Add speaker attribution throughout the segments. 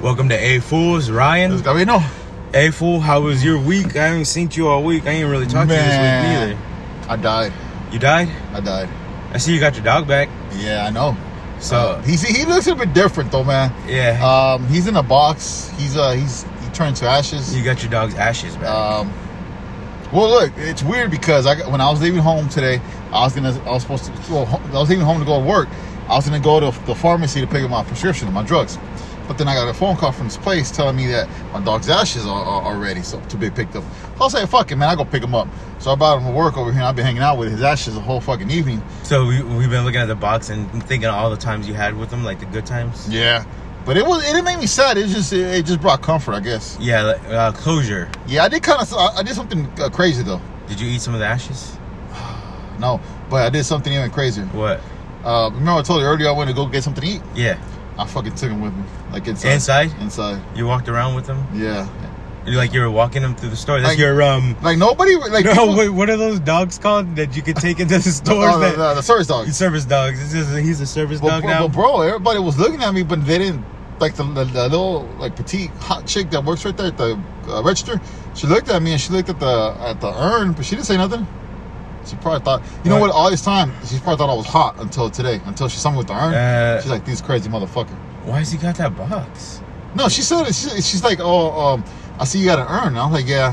Speaker 1: Welcome to A Fools, Ryan.
Speaker 2: I mean, no.
Speaker 1: A Fool, how was your week? I haven't seen you all week. I ain't really talked to you this week
Speaker 2: I died.
Speaker 1: neither. You died?
Speaker 2: I died.
Speaker 1: I see you got your dog back.
Speaker 2: Yeah, I know.
Speaker 1: So
Speaker 2: Uh, he's he looks a bit different though, man.
Speaker 1: yeah,
Speaker 2: Um, he's in a box. He's uh he's he turned to ashes.
Speaker 1: you got your dog's ashes back.
Speaker 2: Um, well, look, it's weird because I got- when I was leaving home today, I was gonna I was supposed to well, ho- I was leaving home to go to work. I was gonna go to the pharmacy to pick up my prescription and my drugs, but then I got a phone call from this place telling me that my dog's ashes are, are, are ready so to be picked up. So I said, "Fuck it, man, I go pick him up." So I brought him to work over here. and I've been hanging out with his ashes the whole fucking evening.
Speaker 1: so we, we've been looking at the box and thinking all the times you had with them, like the good times.
Speaker 2: Yeah, but it was it didn't make me sad. It just it, it just brought comfort, I guess.
Speaker 1: Yeah, like, uh, closure.
Speaker 2: Yeah, I did kind of I, I did something uh, crazy though.
Speaker 1: Did you eat some of the ashes?
Speaker 2: No, but I did something even crazier.
Speaker 1: What?
Speaker 2: Uh, remember I told you earlier I went to go get something to eat.
Speaker 1: Yeah,
Speaker 2: I fucking took him with me, like inside.
Speaker 1: Inside?
Speaker 2: Inside.
Speaker 1: you walked around with them.
Speaker 2: Yeah.
Speaker 1: You like you were walking them through the store. That's
Speaker 2: Like-
Speaker 1: your um.
Speaker 2: Like nobody. Like
Speaker 1: No,
Speaker 2: people-
Speaker 1: wait, what are those dogs called that you could take into the
Speaker 2: Oh,
Speaker 1: stores?
Speaker 2: no,
Speaker 1: that,
Speaker 2: no, the service dog.
Speaker 1: Service dogs. It's just, he's a service
Speaker 2: But,
Speaker 1: dog now.
Speaker 2: but bro, everybody was looking at me, but they didn't. Like the, the, the little like petite hot chick that works right there at the uh, register, she looked at me and she looked at the at the urn, but she didn't say nothing. She probably thought, you know
Speaker 1: Right.
Speaker 2: what? All this time, she probably thought I was hot until today, until she saw me with the urn.
Speaker 1: Uh,
Speaker 2: she's like, "This crazy motherfucker."
Speaker 1: Why has he got that box?
Speaker 2: No, she said it. She, she's like, "Oh, um, I see you got an urn." And I was like, "Yeah."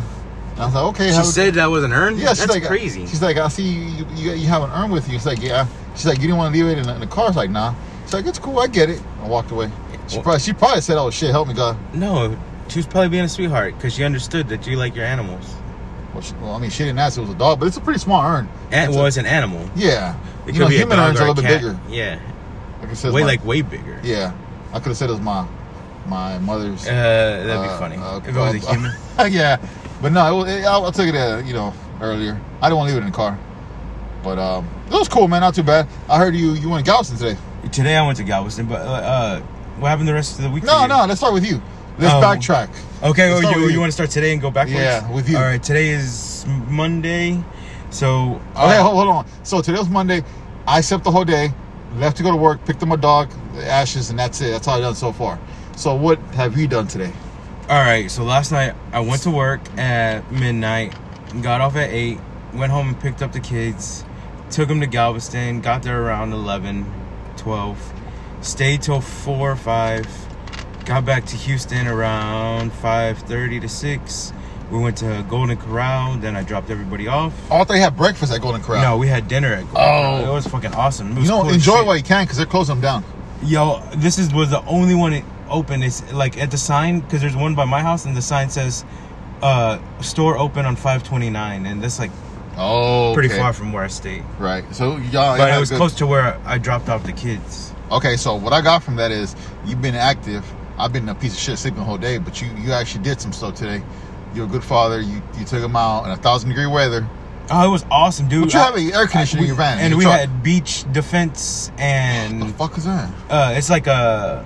Speaker 2: And I was like, "Okay." have a-
Speaker 1: that wasn't earned.
Speaker 2: Yeah, she's like, She's like, I see you, you, you have an urn with you. She's like, yeah. She's like, you didn't want to leave it in the, in the car. I was like, nah. She's like, it's cool. I get it. I walked away. She
Speaker 1: Well-
Speaker 2: probably, she probably said, oh shit, help me God.
Speaker 1: no, she was probably being a sweetheart because she understood that you like your animals.
Speaker 2: Well, she, well, I mean, she didn't ask. It was a dog, but it's a pretty small urn.
Speaker 1: And
Speaker 2: It's
Speaker 1: well,
Speaker 2: a-
Speaker 1: it's an animal.
Speaker 2: Yeah.
Speaker 1: It
Speaker 2: you know,
Speaker 1: be a
Speaker 2: human
Speaker 1: dog
Speaker 2: urns
Speaker 1: or
Speaker 2: are a little
Speaker 1: cat.
Speaker 2: bit bigger.
Speaker 1: Yeah,
Speaker 2: Like I said,
Speaker 1: way
Speaker 2: my-
Speaker 1: like way bigger.
Speaker 2: Yeah. I could have said it was my my mother's.
Speaker 1: Uh, that'd be
Speaker 2: uh,
Speaker 1: funny
Speaker 2: uh,
Speaker 1: if it was a
Speaker 2: uh,
Speaker 1: human.
Speaker 2: yeah, but no, it, was- I, I took it, uh, you know, earlier. I didn't want to leave it in the car, but um, it was cool, man. Not too bad. I heard you you went to Galveston today.
Speaker 1: Today I went to Galveston, but uh, uh, what happened the rest of the week? for
Speaker 2: No,
Speaker 1: you?
Speaker 2: no, let's start with you. Let's
Speaker 1: Oh.
Speaker 2: backtrack.
Speaker 1: Okay, well,
Speaker 2: Let's start
Speaker 1: you,
Speaker 2: with
Speaker 1: you,
Speaker 2: you.
Speaker 1: want to start today and go backwards?
Speaker 2: Yeah, with you.
Speaker 1: All right, today is Monday, so
Speaker 2: Okay,
Speaker 1: uh,
Speaker 2: hold, hold on. So today was Monday. I slept the whole day, left to go to work, picked up my dog, the ashes, and that's it. That's all I've done so far. So what have you done today?
Speaker 1: All right, so last night I went to work at midnight, got off at 8, went home and picked up the kids, took them to Galveston, got there around 11, 12, stayed till 4 or 5, got back to Houston around 5:30 to 6. We went to Golden Corral, then I dropped everybody off.
Speaker 2: I thought you had breakfast at Golden Corral.
Speaker 1: No, we had dinner at Golden
Speaker 2: Oh.
Speaker 1: Corral. It was fucking awesome. It was
Speaker 2: you know,
Speaker 1: cool as
Speaker 2: enjoy
Speaker 1: shit.
Speaker 2: while you can because they're closing them down.
Speaker 1: Yo, this is was the only one it open. It's like at the sign because there's one by my house, and the sign says uh store open on 529, and that's like
Speaker 2: Oh,
Speaker 1: pretty
Speaker 2: okay.
Speaker 1: far from where I stayed.
Speaker 2: Right. So y'all.
Speaker 1: But
Speaker 2: y'all
Speaker 1: it was
Speaker 2: good-
Speaker 1: close to where I dropped off the kids.
Speaker 2: Okay, so what I got from that is you've been active. I've been a piece of shit sleeping the whole day, but you you actually did some stuff today. You're a good father. You you took them out in a thousand degree weather.
Speaker 1: Oh, it was awesome, dude.
Speaker 2: But you
Speaker 1: I-
Speaker 2: have a air conditioner in your van, in
Speaker 1: and
Speaker 2: your
Speaker 1: we
Speaker 2: truck.
Speaker 1: had beach defense,
Speaker 2: The
Speaker 1: and
Speaker 2: fuck is that?
Speaker 1: uh, it's like a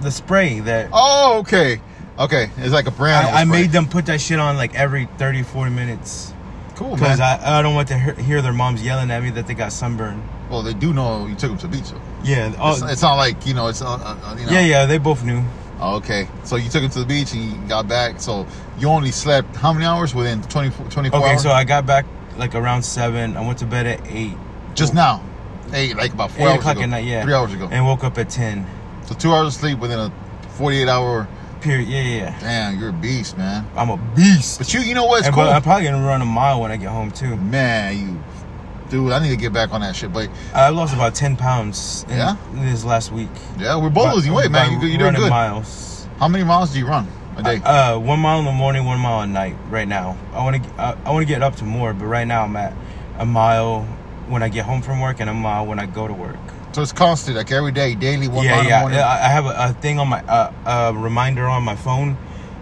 Speaker 1: the spray that.
Speaker 2: Oh, okay. Okay. It's like a brand.
Speaker 1: I, I made them put that shit on like every 30, 40 minutes
Speaker 2: cool,
Speaker 1: because
Speaker 2: Oh, man.
Speaker 1: I, I don't want to he- hear their moms yelling at me that they got sunburned.
Speaker 2: well, they do know you took them to the beach. So.
Speaker 1: Yeah, oh,
Speaker 2: It's, it's not like you know. It's uh, uh, you know.
Speaker 1: yeah, yeah. They both knew.
Speaker 2: Oh, okay. So you took them to the beach and you got back. So you only slept how many hours within 24, 24
Speaker 1: Okay,
Speaker 2: hours?
Speaker 1: so I got back like around seven. I went to bed at eight,
Speaker 2: just now, eight, like about four
Speaker 1: eight
Speaker 2: hours
Speaker 1: o'clock
Speaker 2: ago,
Speaker 1: at night. Yeah,
Speaker 2: three hours ago.
Speaker 1: and woke up at ten.
Speaker 2: So two hours of sleep within a forty-eight hour.
Speaker 1: Period. Yeah, yeah. yeah.
Speaker 2: Damn, you're a beast, man.
Speaker 1: I'm a beast.
Speaker 2: But you, you know what's
Speaker 1: And,
Speaker 2: cool,
Speaker 1: but I'm probably gonna run a mile when I get home too.
Speaker 2: man. You, dude, I need to get back on that shit. But
Speaker 1: I lost about ten pounds. In,
Speaker 2: Yeah?
Speaker 1: This last week.
Speaker 2: yeah, we're both
Speaker 1: By-
Speaker 2: losing weight, man.
Speaker 1: by
Speaker 2: You, you're doing
Speaker 1: running
Speaker 2: good.
Speaker 1: miles.
Speaker 2: How many miles do you run a day?
Speaker 1: Uh, one mile in the morning, one mile at night. Right now, I want to. I, I want to get up to more, but right now I'm at a mile when I get home from work and a mile when I go to work.
Speaker 2: So it's constant, like every day, daily, one mile
Speaker 1: yeah,
Speaker 2: in the
Speaker 1: yeah.
Speaker 2: morning.
Speaker 1: I I have a, a thing on my uh, a reminder on my phone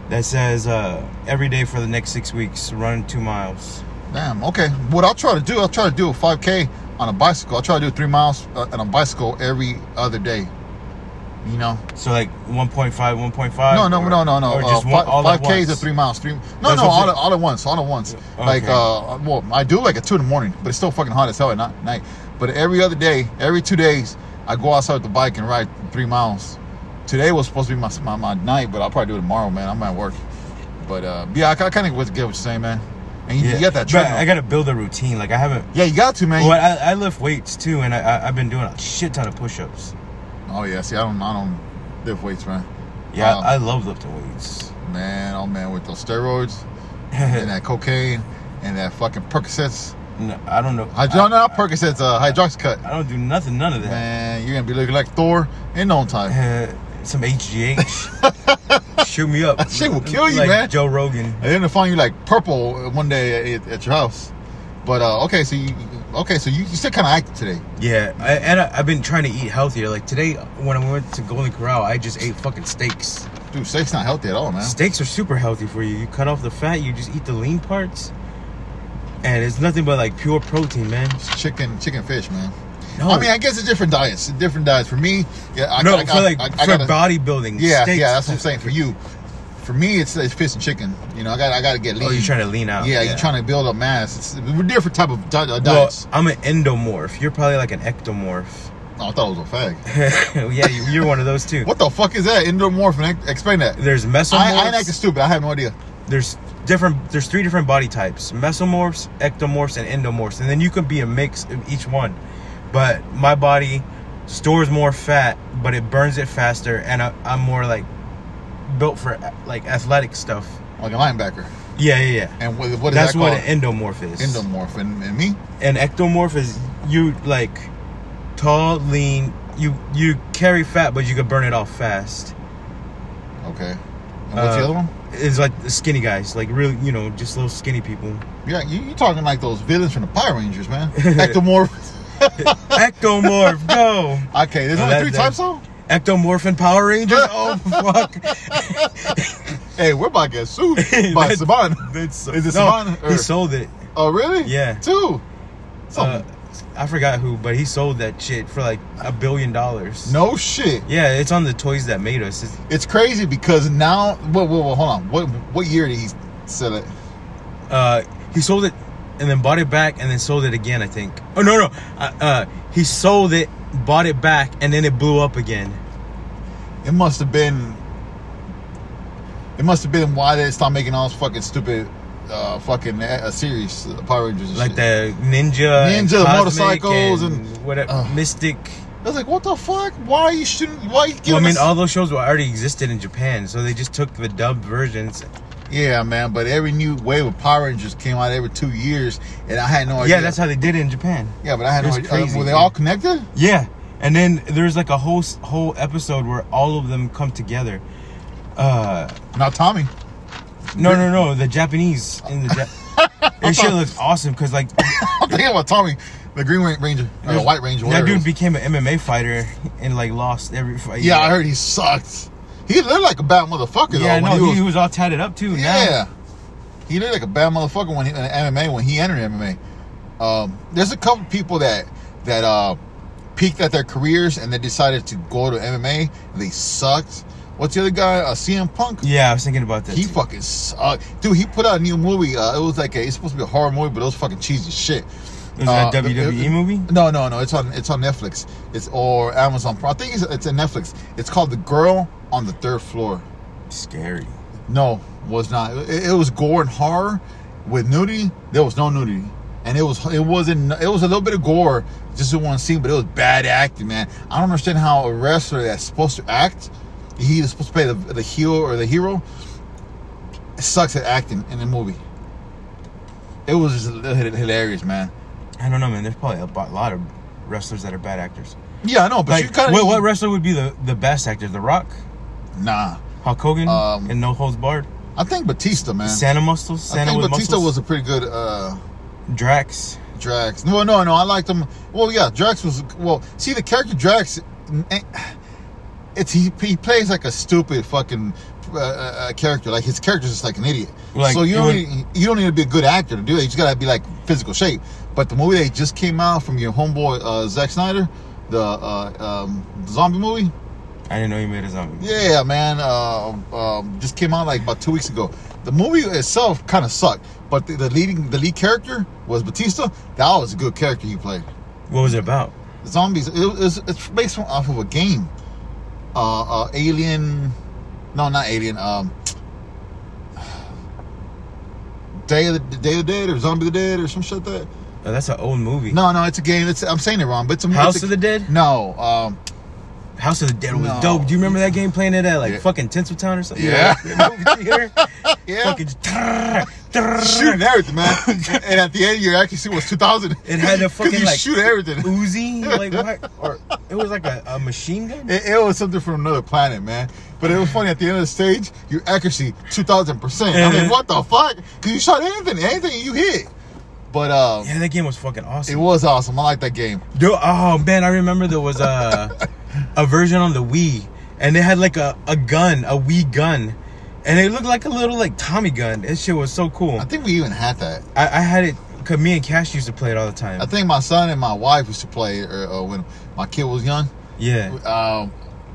Speaker 1: that says uh, every day for the next six weeks, run two miles.
Speaker 2: Damn. Okay. What I'll try to do, I'll try to do a 5K on a bicycle. I'll try to do three miles uh, on a bicycle every other day. You know?
Speaker 1: So like 1.5, 1.5.
Speaker 2: No, no,
Speaker 1: or-
Speaker 2: no, no, no.
Speaker 1: Or
Speaker 2: Uh,
Speaker 1: Oh, just
Speaker 2: fi-
Speaker 1: one, all at
Speaker 2: 5Ks
Speaker 1: once.
Speaker 2: are three miles. Three. No,
Speaker 1: what
Speaker 2: no,
Speaker 1: I'm
Speaker 2: all
Speaker 1: saying.
Speaker 2: at, all at once. All at once. Like,
Speaker 1: Okay.
Speaker 2: uh, well, I do like at two in the morning, but it's still fucking hot as hell at ni- night. But every other day, every two days, I go outside with the bike and ride three miles. Today was supposed to be my, my, my night, but I'll probably do it tomorrow, man. I'm at work. But uh, yeah, I, I kind of get what you're saying, man. And you, you got that
Speaker 1: But
Speaker 2: treadmill.
Speaker 1: I gotta build a routine. Like I haven't.
Speaker 2: yeah, you got to, man.
Speaker 1: Well, I, I lift weights too, and I, I I've been doing a shit ton of push-ups.
Speaker 2: oh yeah, see, I don't, I don't lift weights, man.
Speaker 1: Yeah,
Speaker 2: Wow.
Speaker 1: I, I love lifting weights.
Speaker 2: Man, oh man, with those steroids and that cocaine and that fucking Percocets.
Speaker 1: No, I don't know.
Speaker 2: Hydro, no, not Percocets, uh, Hydroxycut.
Speaker 1: I don't do nothing, none of that.
Speaker 2: Man, you're gonna be looking like Thor in no time.
Speaker 1: Uh, some HGH. Shoot me up.
Speaker 2: That shit will kill you,
Speaker 1: Like
Speaker 2: man.
Speaker 1: Joe Rogan.
Speaker 2: And then to find you like purple one day at, at your house. But uh, okay, so you okay, so you, you still kind of active today.
Speaker 1: Yeah, I, and I, I've been trying to eat healthier. Like today, when I went to Golden Corral, I just ate fucking steaks.
Speaker 2: Dude, steak's not healthy at all, man.
Speaker 1: Steaks are super healthy for you. You cut off the fat, you just eat the lean parts, and it's nothing but like pure protein, man.
Speaker 2: It's chicken, chicken, fish, man.
Speaker 1: No.
Speaker 2: I mean, I guess it's different diets, different diets. For me, yeah, I,
Speaker 1: no,
Speaker 2: I, I,
Speaker 1: for like
Speaker 2: I, I
Speaker 1: for
Speaker 2: gotta-
Speaker 1: bodybuilding.
Speaker 2: Yeah,
Speaker 1: steaks,
Speaker 2: yeah, that's what I'm saying for you. For me, it's it's fish and chicken. You know, I got I got to get lean.
Speaker 1: Oh, you're trying to lean out.
Speaker 2: yeah, you're trying to build up mass. It's we're different type of di- uh,
Speaker 1: Well,
Speaker 2: diets.
Speaker 1: I'm an endomorph. You're probably like an ectomorph.
Speaker 2: oh, I thought it was a fag.
Speaker 1: yeah, you- you're one of those too.
Speaker 2: What the fuck is that? Endomorph? and ex- Explain that.
Speaker 1: There's mesomorphs.
Speaker 2: I, I ain't acting stupid. I have no idea.
Speaker 1: there's different. There's three different body types: mesomorphs, ectomorphs, and endomorphs. And then you can be a mix of each one. But my body stores more fat, but it burns it faster, and I, I'm more like built for like athletic stuff.
Speaker 2: Like a linebacker.
Speaker 1: Yeah, yeah, yeah.
Speaker 2: And what, what is
Speaker 1: That's
Speaker 2: that
Speaker 1: what
Speaker 2: called?
Speaker 1: an endomorph is.
Speaker 2: Endomorph. And, and me?
Speaker 1: An ectomorph is you like tall, lean. You you carry fat, but you can burn it off fast.
Speaker 2: Okay. And what's
Speaker 1: Uh,
Speaker 2: the other one?
Speaker 1: It's like the skinny guys, like really, you know, just little skinny people.
Speaker 2: Yeah, you, you talking like those villains from the Power Rangers, man. Ectomorph.
Speaker 1: Ectomorph, go!
Speaker 2: Okay, there's
Speaker 1: No,
Speaker 2: only
Speaker 1: that-
Speaker 2: three
Speaker 1: that-
Speaker 2: types though?
Speaker 1: Ectomorph and Power Rangers. Oh fuck!
Speaker 2: Hey, we're about to get sued by
Speaker 1: That-
Speaker 2: Saban.
Speaker 1: That's
Speaker 2: Is it Saban or-
Speaker 1: He sold it.
Speaker 2: Oh, really?
Speaker 1: Yeah.
Speaker 2: Two.
Speaker 1: Uh,
Speaker 2: Something.
Speaker 1: I forgot who, but he sold that shit for like a billion dollars.
Speaker 2: no shit.
Speaker 1: Yeah, it's on the toys that made us. It's,
Speaker 2: It's crazy because now. Whoa, whoa, whoa, hold on. What what year did he sell it?
Speaker 1: uh, he sold it and then bought it back and then sold it again. I think. Oh no no, uh, uh, he sold it, bought it back, and then it blew up again.
Speaker 2: It must have been. It must have been why they stopped making all those fucking stupid, uh, fucking uh, series uh, Power Rangers. And
Speaker 1: Like
Speaker 2: shit.
Speaker 1: the ninja, and
Speaker 2: Ninja,
Speaker 1: Cosmic
Speaker 2: motorcycles,
Speaker 1: and,
Speaker 2: and- Oh.
Speaker 1: whatever
Speaker 2: Ugh.
Speaker 1: mystic.
Speaker 2: I was like, what the fuck? Why you shouldn't? Why you giving
Speaker 1: Well, I mean,
Speaker 2: us-
Speaker 1: all those shows were already existed in Japan, so they just took the dubbed versions.
Speaker 2: Yeah, man. But every new wave of Power Rangers came out every two years, and I had no idea.
Speaker 1: Yeah, that's how they did it in Japan.
Speaker 2: Yeah, but I had no
Speaker 1: It's
Speaker 2: idea.
Speaker 1: crazy,
Speaker 2: were they
Speaker 1: dude.
Speaker 2: all connected?
Speaker 1: Yeah, and then there's like a whole s- whole episode where all of them come together. Uh,
Speaker 2: Not Tommy.
Speaker 1: no, no, no, the Japanese in the. Ja- it shit looks awesome because like
Speaker 2: I'm thinking about Tommy, the Green Ranger or the White Ranger.
Speaker 1: that
Speaker 2: whatever it
Speaker 1: dude
Speaker 2: was.
Speaker 1: became an MMA fighter and like lost every fight.
Speaker 2: Yeah, I heard he sucked. He looked like a bad motherfucker
Speaker 1: Yeah,
Speaker 2: though.
Speaker 1: no,
Speaker 2: when
Speaker 1: he,
Speaker 2: was-
Speaker 1: he was all tatted up too. now.
Speaker 2: yeah, he looked like a bad motherfucker when he, in MMA when he entered MMA. Um, there's a couple people that that uh, peaked at their careers and they decided to go to MMA. And they sucked. What's the other guy? Uh, CM Punk.
Speaker 1: yeah, I was thinking about that.
Speaker 2: He
Speaker 1: too.
Speaker 2: fucking sucked. Dude, he put out a new movie. Uh, it was like a, it's supposed to be a horror movie, but it was fucking cheesy as shit.
Speaker 1: It was that
Speaker 2: Uh,
Speaker 1: WWE
Speaker 2: it-
Speaker 1: movie.
Speaker 2: No, no, no. It's on it's on Netflix. It's or Amazon. Prime. I think it's it's on Netflix. It's called The Girl on the Third Floor.
Speaker 1: Scary.
Speaker 2: No, was not. It, it was gore and horror with nudity. There was no nudity, and it was it wasn't. It was a little bit of gore just in one scene, but it was bad acting, man. I don't understand how a wrestler that's supposed to act, he is supposed to play the the heel or the hero, sucks at acting in the movie. It was just a little hil- hilarious, man.
Speaker 1: I don't know, man. There's probably a bo- lot of wrestlers that are bad actors.
Speaker 2: Yeah, I know, but
Speaker 1: Like,
Speaker 2: you kind of
Speaker 1: what, what wrestler would be the the best actor? The Rock,
Speaker 2: nah.
Speaker 1: Hulk Hogan,
Speaker 2: Um,
Speaker 1: and No Holds Barred.
Speaker 2: I think Batista, man.
Speaker 1: Santa muscles.
Speaker 2: I
Speaker 1: Santa
Speaker 2: think
Speaker 1: with
Speaker 2: Batista
Speaker 1: muscles.
Speaker 2: was a pretty good. uh
Speaker 1: Drax.
Speaker 2: Drax. No, no, no. I liked him. Well, yeah, Drax was. Well, see, the character Drax, eh, it's he, he plays like a stupid fucking uh, uh, character. Like his character's just like an idiot.
Speaker 1: Like,
Speaker 2: so you
Speaker 1: it
Speaker 2: don't
Speaker 1: would-
Speaker 2: need, you don't need to be a good actor to do that. You just gotta be like physical shape. But the movie that just came out from your homeboy uh, Zack Snyder, the uh, um, zombie movie.
Speaker 1: I didn't know you made a zombie.
Speaker 2: Yeah, man. Uh, um, just came out like about two weeks ago. The movie itself kind of sucked, but the, the leading the lead character was Batista. That was a good character he played.
Speaker 1: What was it about?
Speaker 2: Zombies. It, it's, it's based off of a game. uh, uh, Alien. No, not Alien. Um, Day of the Day of the Dead or Zombie of the Dead or some shit like that.
Speaker 1: Oh, that's an old movie.
Speaker 2: No, no, it's a game. It's I'm saying it wrong, but it's a
Speaker 1: House
Speaker 2: it's a-
Speaker 1: of the Dead?
Speaker 2: No, um,
Speaker 1: House of the Dead was
Speaker 2: No.
Speaker 1: dope. Do you remember that game playing it at like
Speaker 2: Yeah.
Speaker 1: fucking Tinseltown or something?
Speaker 2: Yeah.
Speaker 1: That movie theater?
Speaker 2: yeah,
Speaker 1: Fucking just-
Speaker 2: shooting everything, man. and and at the end, you actually see what's 2000.
Speaker 1: It had a
Speaker 2: 'Cause
Speaker 1: fucking,
Speaker 2: you
Speaker 1: like-
Speaker 2: shoot everything.
Speaker 1: Uzi, like what? Or it was like a, a machine gun.
Speaker 2: It, it was something from another planet, man. But it was funny at the end of the stage, your accuracy two thousand percent. I mean, what the fuck? Cause you shot anything, anything you hit. But uh,
Speaker 1: Yeah, that game was fucking awesome.
Speaker 2: it was awesome. I like that game.
Speaker 1: Dude, oh man, I remember there was a a version on the Wii, and they had like a, a gun, a Wii gun, and it looked like a little like Tommy gun. This shit was so cool.
Speaker 2: I
Speaker 1: I,
Speaker 2: think we even had that.
Speaker 1: I had it because me and Cash used to play it all the time.
Speaker 2: I think my son and my wife used to play or, uh, when my kid was young.
Speaker 1: yeah,
Speaker 2: Um,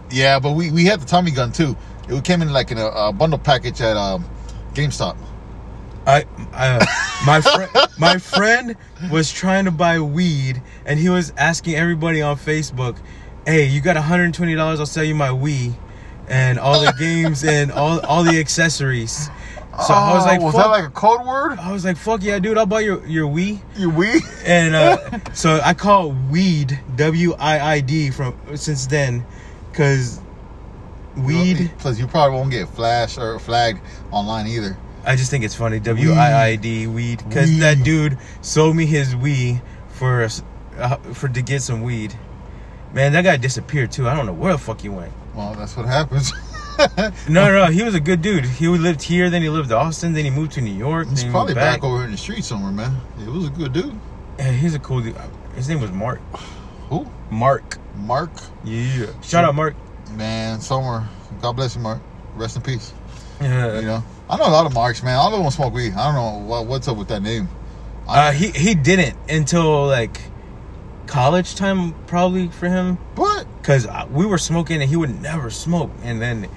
Speaker 2: yeah, but we, we had the Tommy gun too. It came in like in a, a bundle package at um, GameStop.
Speaker 1: I, I my friend my friend was trying to buy weed, and he was asking everybody on Facebook, "Hey, you got one hundred and twenty dollars? I'll sell you my Wii, and all the games and all all the accessories." So I was
Speaker 2: Oh,
Speaker 1: like,
Speaker 2: was
Speaker 1: "Fuck."
Speaker 2: that like a code word?
Speaker 1: I was like, fuck yeah, dude, I'll buy your, your Wii.
Speaker 2: You we?
Speaker 1: And uh, so I call weed W I I D from since then, cause weed.
Speaker 2: Plus, you probably won't get flash or flagged online either.
Speaker 1: I just think it's funny W I I D weed, cause
Speaker 2: Weed.
Speaker 1: that dude sold me his Wii for a s- uh, for to get some weed. Man, that guy disappeared too. I don't know where the fuck he went.
Speaker 2: Well, that's what happens.
Speaker 1: No, no, no. He was a good dude. He lived here, then he lived in Austin, then he moved to New York.
Speaker 2: He's
Speaker 1: then he
Speaker 2: probably
Speaker 1: moved back.
Speaker 2: back. over in the street somewhere, man. It was a good dude.
Speaker 1: Yeah, he's a cool dude. His name was Mark.
Speaker 2: Who?
Speaker 1: Mark.
Speaker 2: Mark?
Speaker 1: Yeah. Shout out Mark.
Speaker 2: Man, somewhere. God bless you, Mark. Rest in peace.
Speaker 1: Yeah.
Speaker 2: You know, I know a lot of Marks, man. All of them smoke weed. I don't know what, what's up with that name.
Speaker 1: Uh, he he didn't until like college time probably for him
Speaker 2: But
Speaker 1: because we were smoking and he would never smoke and then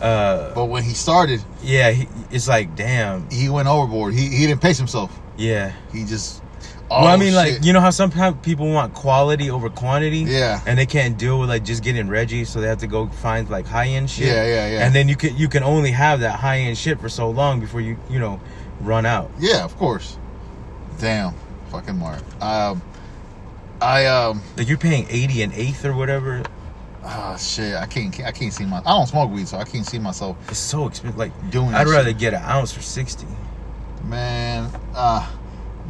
Speaker 1: uh
Speaker 2: but when he started,
Speaker 1: yeah he, it's like damn
Speaker 2: he went overboard. He he didn't pace himself.
Speaker 1: yeah
Speaker 2: He just.
Speaker 1: well I mean like
Speaker 2: Oh, shit.
Speaker 1: you know how sometimes people want quality over quantity
Speaker 2: Yeah.
Speaker 1: and they can't deal with like just getting Reggie so they have to go find like high end shit
Speaker 2: Yeah, yeah, yeah.
Speaker 1: and then you can you can only have that high end shit for so long before you you know run out
Speaker 2: Yeah, of course. Damn, fucking Mark. Um, I um.
Speaker 1: like you're paying eighty an eighth or whatever
Speaker 2: Oh shit! I can't. I can't see my. I don't smoke weed, so I can't see myself
Speaker 1: it's so expensive like
Speaker 2: doing. that
Speaker 1: I'd
Speaker 2: shit.
Speaker 1: rather get an ounce for sixty.
Speaker 2: Man, uh,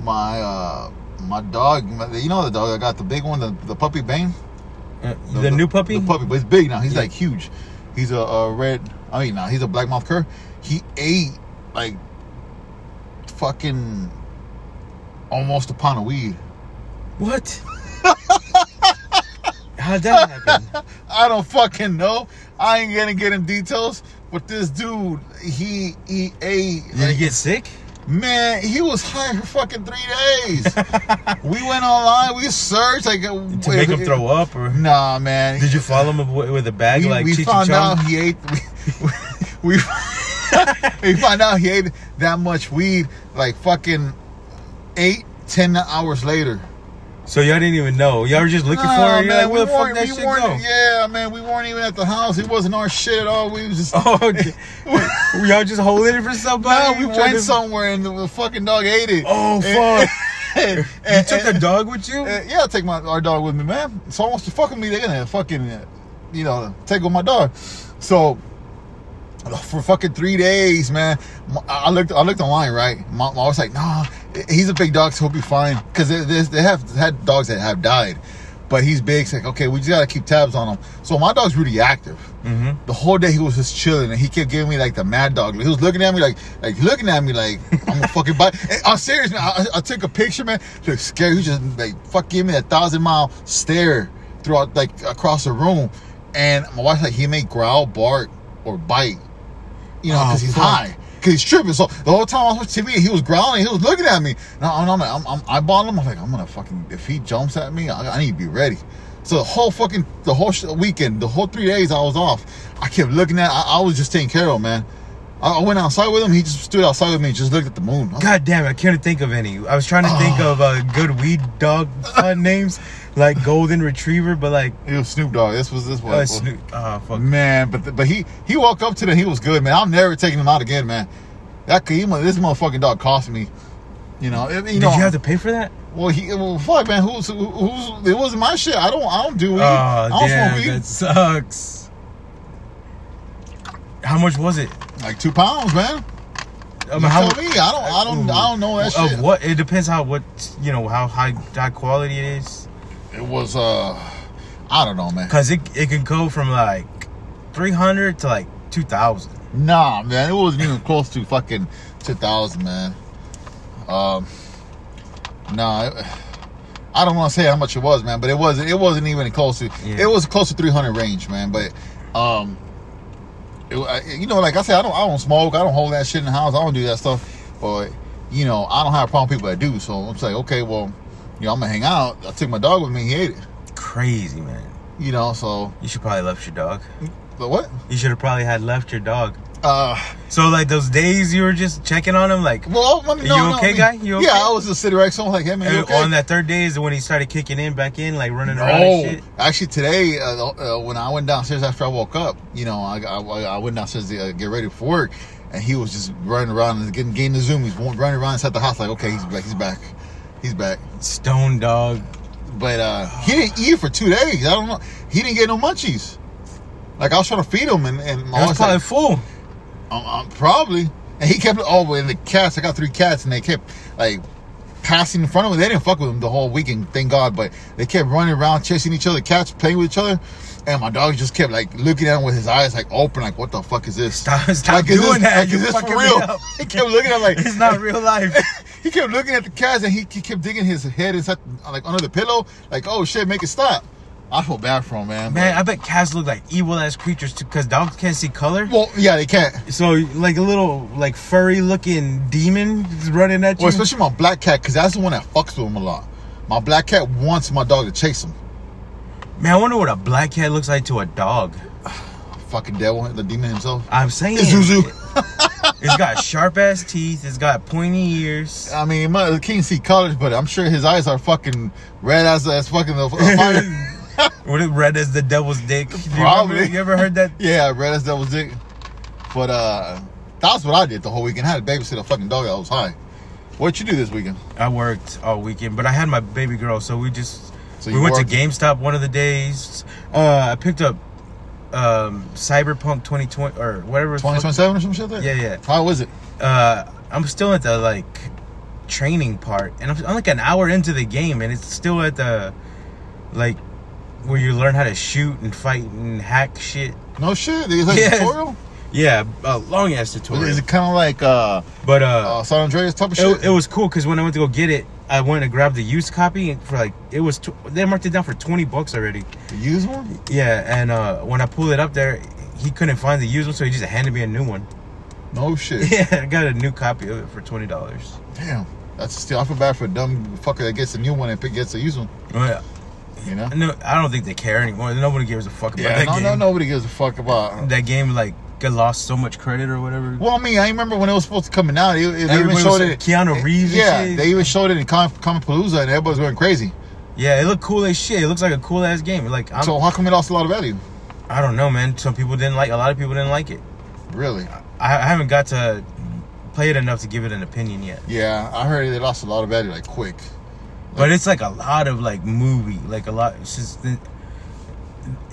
Speaker 2: my uh, my dog, my, you know the dog I got, the big one, the, the puppy Bane.
Speaker 1: Uh, the, new puppy?
Speaker 2: The puppy, but it's big now. He's
Speaker 1: Yeah.
Speaker 2: like huge. He's a, a red. I mean, now he's a black mouth cur. He ate like fucking almost a pound of weed.
Speaker 1: What? How'd that happen?
Speaker 2: I don't fucking know. I ain't gonna get in details. But this dude, he he ate.
Speaker 1: Did he
Speaker 2: like,
Speaker 1: get sick?
Speaker 2: Man, he was high for fucking three days. we went online, we searched like to
Speaker 1: To make him throw up, or
Speaker 2: Nah, man.
Speaker 1: did you follow him wi- with a bag
Speaker 2: We,
Speaker 1: like
Speaker 2: we
Speaker 1: Cheech and
Speaker 2: found out
Speaker 1: Chong?
Speaker 2: he ate. We, we, we found out he ate that much weed like fucking eight, ten hours later.
Speaker 1: So y'all didn't even know. Y'all were just looking
Speaker 2: Nah,
Speaker 1: for him. You're like,
Speaker 2: man,
Speaker 1: where the fuck
Speaker 2: weren't-
Speaker 1: that
Speaker 2: we
Speaker 1: shit
Speaker 2: weren't-
Speaker 1: go?
Speaker 2: Yeah, man, we weren't even at the house. It wasn't our shit at all. We was just.
Speaker 1: Oh, okay. Wait, y'all just holding it for
Speaker 2: Nah,
Speaker 1: somebody?
Speaker 2: we
Speaker 1: Trying
Speaker 2: went
Speaker 1: to-
Speaker 2: somewhere and the, the fucking dog ate it.
Speaker 1: Oh
Speaker 2: And-
Speaker 1: fuck!
Speaker 2: and-
Speaker 1: You
Speaker 2: and-
Speaker 1: took the dog with you?
Speaker 2: Uh, yeah, I take my our dog with me, man. So wants to fuck with me, they're gonna fucking, uh, you know, take with my dog. So for fucking three days, man. my- I I looked, I looked online, right? My, my- I was like, nah, he's a big dog, so he'll be fine. Because they, they, they have had dogs that have died, but he's big. So like, okay, we just gotta keep tabs on him. So my dog's really active.
Speaker 1: Mhm.
Speaker 2: The whole day he was just chilling, and he kept giving me like the mad dog. He was looking at me like, like looking at me like I'm gonna fucking bite. And I'm serious, man. I, I- I took a picture, man. Look scary. He was just like fuck, giving me a thousand mile stare throughout, like across the room. And my wife's like, he may growl, bark, or bite. You know,
Speaker 1: Oh,
Speaker 2: because he's
Speaker 1: fuck.
Speaker 2: high, because he's tripping. So the whole time I was watching TV, he was growling, he was looking at me. And I'm, I'm, I'm, I'm eyeballing him. I'm like, I'm gonna fucking if he jumps at me, I, I need to be ready. So the whole fucking the whole sh- weekend, the whole three days I was off, I kept looking at. I, I was just taking care of him, man. I, I went outside with him. He just stood outside with me, and just looked at the moon. I was
Speaker 1: God damn, I couldn't think of any. I was trying to think
Speaker 2: Oh.
Speaker 1: of uh, good weed dog uh, names, like Golden Retriever, but like
Speaker 2: like, It was Snoop Dogg. This was this was.
Speaker 1: uh, Snoop. Ah, fuck.
Speaker 2: Man, but the, but he he walked up to them. He was good, man. I'm never taking him out again, man. That could- he, mo- this motherfucking dog cost me. You know, it, you
Speaker 1: Did
Speaker 2: know.
Speaker 1: you have to pay for that?
Speaker 2: well, he well, fuck, man. Who's who- who's? It wasn't my shit. I don't I don't do weed.
Speaker 1: Oh,
Speaker 2: I don't
Speaker 1: damn,
Speaker 2: smoke weed.
Speaker 1: that sucks. How much was it?
Speaker 2: Like two pounds, man.
Speaker 1: I mean,
Speaker 2: You
Speaker 1: how
Speaker 2: tell
Speaker 1: mu-
Speaker 2: me. I don't I don't I don't know that
Speaker 1: of
Speaker 2: shit.
Speaker 1: what it depends how what you know how high high quality it is
Speaker 2: It was uh, I don't know, man.
Speaker 1: because it it can go from like 300 to like 2000
Speaker 2: Nah, man, it wasn't even close to fucking 2000, man. Um, nah, it- I don't want to say how much it was, man, but it wasn't. It wasn't even close to.
Speaker 1: Yeah.
Speaker 2: It was close to 300 range, man. But, um, it, I- you know, like I said, I don't, I don't smoke. I don't hold that shit in the house. I don't do that stuff. But you know, I don't have a problem with people that do. So I'm like, okay, well, you know, I'm gonna hang out. I took my dog with me. He ate it.
Speaker 1: crazy man
Speaker 2: You know, so
Speaker 1: you should probably left your dog
Speaker 2: but what?
Speaker 1: you should have probably had left your dog
Speaker 2: Uh,
Speaker 1: so like those days you were just checking on him like
Speaker 2: Well, I mean,
Speaker 1: You
Speaker 2: no, no,
Speaker 1: okay,
Speaker 2: I mean-
Speaker 1: guy? You okay?
Speaker 2: Yeah, I was just sitting right. Someone like, hey man, you
Speaker 1: and
Speaker 2: okay?
Speaker 1: er, on that third day is when he started kicking in back in like running around and
Speaker 2: no,
Speaker 1: shit
Speaker 2: actually today uh, the- uh, when I went downstairs after I woke up, you know, I I, I went downstairs to uh, get ready for work, and he was just running around and getting getting the zoomies, wa- running around inside the house like, okay, he's back, he's back, he's back.
Speaker 1: stone dog
Speaker 2: But uh, he didn't eat for two days. I don't know. He didn't get no munchies. Like I was trying to feed him, and and my
Speaker 1: I was
Speaker 2: wife's
Speaker 1: probably
Speaker 2: like,
Speaker 1: full
Speaker 2: Um, um, probably. And he kept oh, and the cats. I got three cats, and they kept like passing in front of him. They didn't fuck with him the whole weekend, thank God. But they kept running around, chasing each other, cats playing with each other. And my dog just kept like looking at him with his eyes like open, like what the fuck is this?
Speaker 1: Stop- stop
Speaker 2: like, is
Speaker 1: doing
Speaker 2: this,
Speaker 1: that.
Speaker 2: Like,
Speaker 1: You're
Speaker 2: is this
Speaker 1: fucking
Speaker 2: for
Speaker 1: me
Speaker 2: real?
Speaker 1: up.
Speaker 2: He kept looking at him like
Speaker 1: it's not real life
Speaker 2: he kept looking at the cats and he, he kept digging his head inside like under the pillow, like oh shit, make it stop. I feel bad for him, man.
Speaker 1: man i bet cats look like evil ass creatures too because dogs can't see color
Speaker 2: But- well, yeah, they can't.
Speaker 1: so like a little like furry looking demon is running at you
Speaker 2: Well, especially my black cat, because that's the one that fucks with him a lot. My black cat wants my dog to chase him.
Speaker 1: Man, I wonder what a black cat looks like to a dog.
Speaker 2: Fucking devil, the demon himself.
Speaker 1: I'm saying
Speaker 2: Zuzu.
Speaker 1: it's got sharp ass teeth. It's got pointy ears.
Speaker 2: I mean, my, he can't see colors, but I'm sure his eyes are fucking red as as fucking the uh, fire.
Speaker 1: What is red as the devil's dick? Do you remember-
Speaker 2: Probably.
Speaker 1: You ever heard that?
Speaker 2: yeah, red as devil's dick. But uh, that's what I did the whole weekend. I had to babysit a fucking dog that was high. What you do this weekend?
Speaker 1: I worked all weekend, but I had my baby girl, so we just
Speaker 2: So
Speaker 1: we
Speaker 2: you
Speaker 1: went
Speaker 2: worked-
Speaker 1: to GameStop one of the days. Uh, I picked up um, Cyberpunk 2020 or whatever. it's called.
Speaker 2: 2027 or some shit? There?
Speaker 1: Yeah, yeah.
Speaker 2: How was it?
Speaker 1: Uh, I'm still at the like training part, and I'm, I'm like an hour into the game, and it's still at the like where you learn how to shoot and fight and hack shit.
Speaker 2: No shit. Is that
Speaker 1: Yeah.
Speaker 2: a tutorial?
Speaker 1: Yeah, a long ass tutorial.
Speaker 2: Is it kind of like uh,
Speaker 1: but uh,
Speaker 2: uh, San Andreas type of shit?
Speaker 1: it, it was cool because when I went to go get it, I went and grabbed the used copy and for like it was tw- they marked it down for twenty bucks already.
Speaker 2: the used one?
Speaker 1: Yeah, and uh, when I pulled it up there, he couldn't find the used one, so he just handed me a new one.
Speaker 2: No shit.
Speaker 1: Yeah, I got a new copy of it for twenty dollars.
Speaker 2: Damn, that's still. I feel bad for a dumb fucker that gets a new one and pick, gets a used one. You know?
Speaker 1: No, I don't think they care anymore. Nobody gives a fuck about that
Speaker 2: no,
Speaker 1: game.
Speaker 2: no, nobody gives a fuck about.
Speaker 1: That game like got lost so much credit or whatever.
Speaker 2: Well, I mean, I remember when it was supposed to coming out. It, it, they even
Speaker 1: Everybody
Speaker 2: showed
Speaker 1: was
Speaker 2: it.
Speaker 1: Keanu Reeves and
Speaker 2: Yeah,
Speaker 1: shit.
Speaker 2: they even showed it in Com- Comic Palooza, and everybody's going crazy.
Speaker 1: Yeah, it looked cool as shit. It looks like a cool ass game. Like I'm,
Speaker 2: so how come it lost a lot of value?
Speaker 1: I don't know, man. Some people didn't like. A lot of people didn't like it.
Speaker 2: Really?
Speaker 1: I, I haven't got to play it enough to give it an opinion yet.
Speaker 2: Yeah, I heard they lost a lot of value like quick.
Speaker 1: But it's like a lot of like movie, like a lot. It's just the-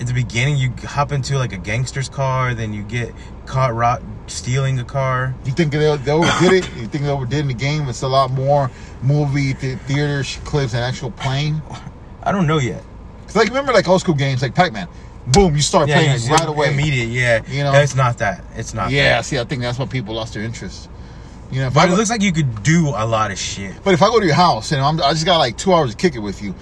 Speaker 1: at the beginning you hop into like a gangster's car, then you get caught ro- stealing a car.
Speaker 2: You think they, they overdid it? You think they overdid in the game? It's a lot more movie th- theater sh- clips and actual playing.
Speaker 1: I don't know yet.
Speaker 2: Cause like remember like old school games like Pac-Man. Boom, you start playing
Speaker 1: it's
Speaker 2: it right away.
Speaker 1: Immediate, yeah.
Speaker 2: You know?
Speaker 1: it's not that. It's not.
Speaker 2: Yeah,
Speaker 1: that.
Speaker 2: see, I think that's why people lost their interest. You know, if I
Speaker 1: But it
Speaker 2: go,
Speaker 1: looks like you could do a lot of shit.
Speaker 2: but if I go to your house and I'm, I just got like two hours to kick it with you,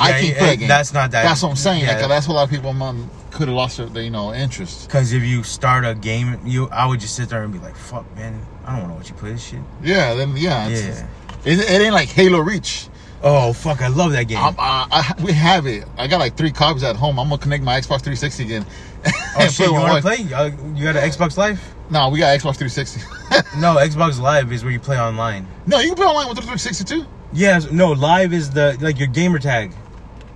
Speaker 2: I
Speaker 1: Yeah,
Speaker 2: can't
Speaker 1: yeah,
Speaker 2: play a game.
Speaker 1: that's not that-
Speaker 2: That's what I'm saying.
Speaker 1: yeah.
Speaker 2: Like, that's what a lot of people um, could have lost their, their, you know, interest.
Speaker 1: Cause if you start a game, you I would just sit there and be like, "Fuck, man, I don't want to watch you play this shit."
Speaker 2: Yeah, then yeah, it's,
Speaker 1: Yeah.
Speaker 2: It, it ain't like Halo Reach.
Speaker 1: Oh fuck! I love that game. Oh,
Speaker 2: I'm, uh, I, we have it. I got like three copies at home. I'm gonna connect my Xbox 360 again.
Speaker 1: oh shit! You want to play? Uh, You got an Xbox Live?
Speaker 2: No, we got Xbox 360.
Speaker 1: No, Xbox Live is where you play online.
Speaker 2: no, you can play online with the 360 too.
Speaker 1: Yes. No, Live is the like your gamer tag.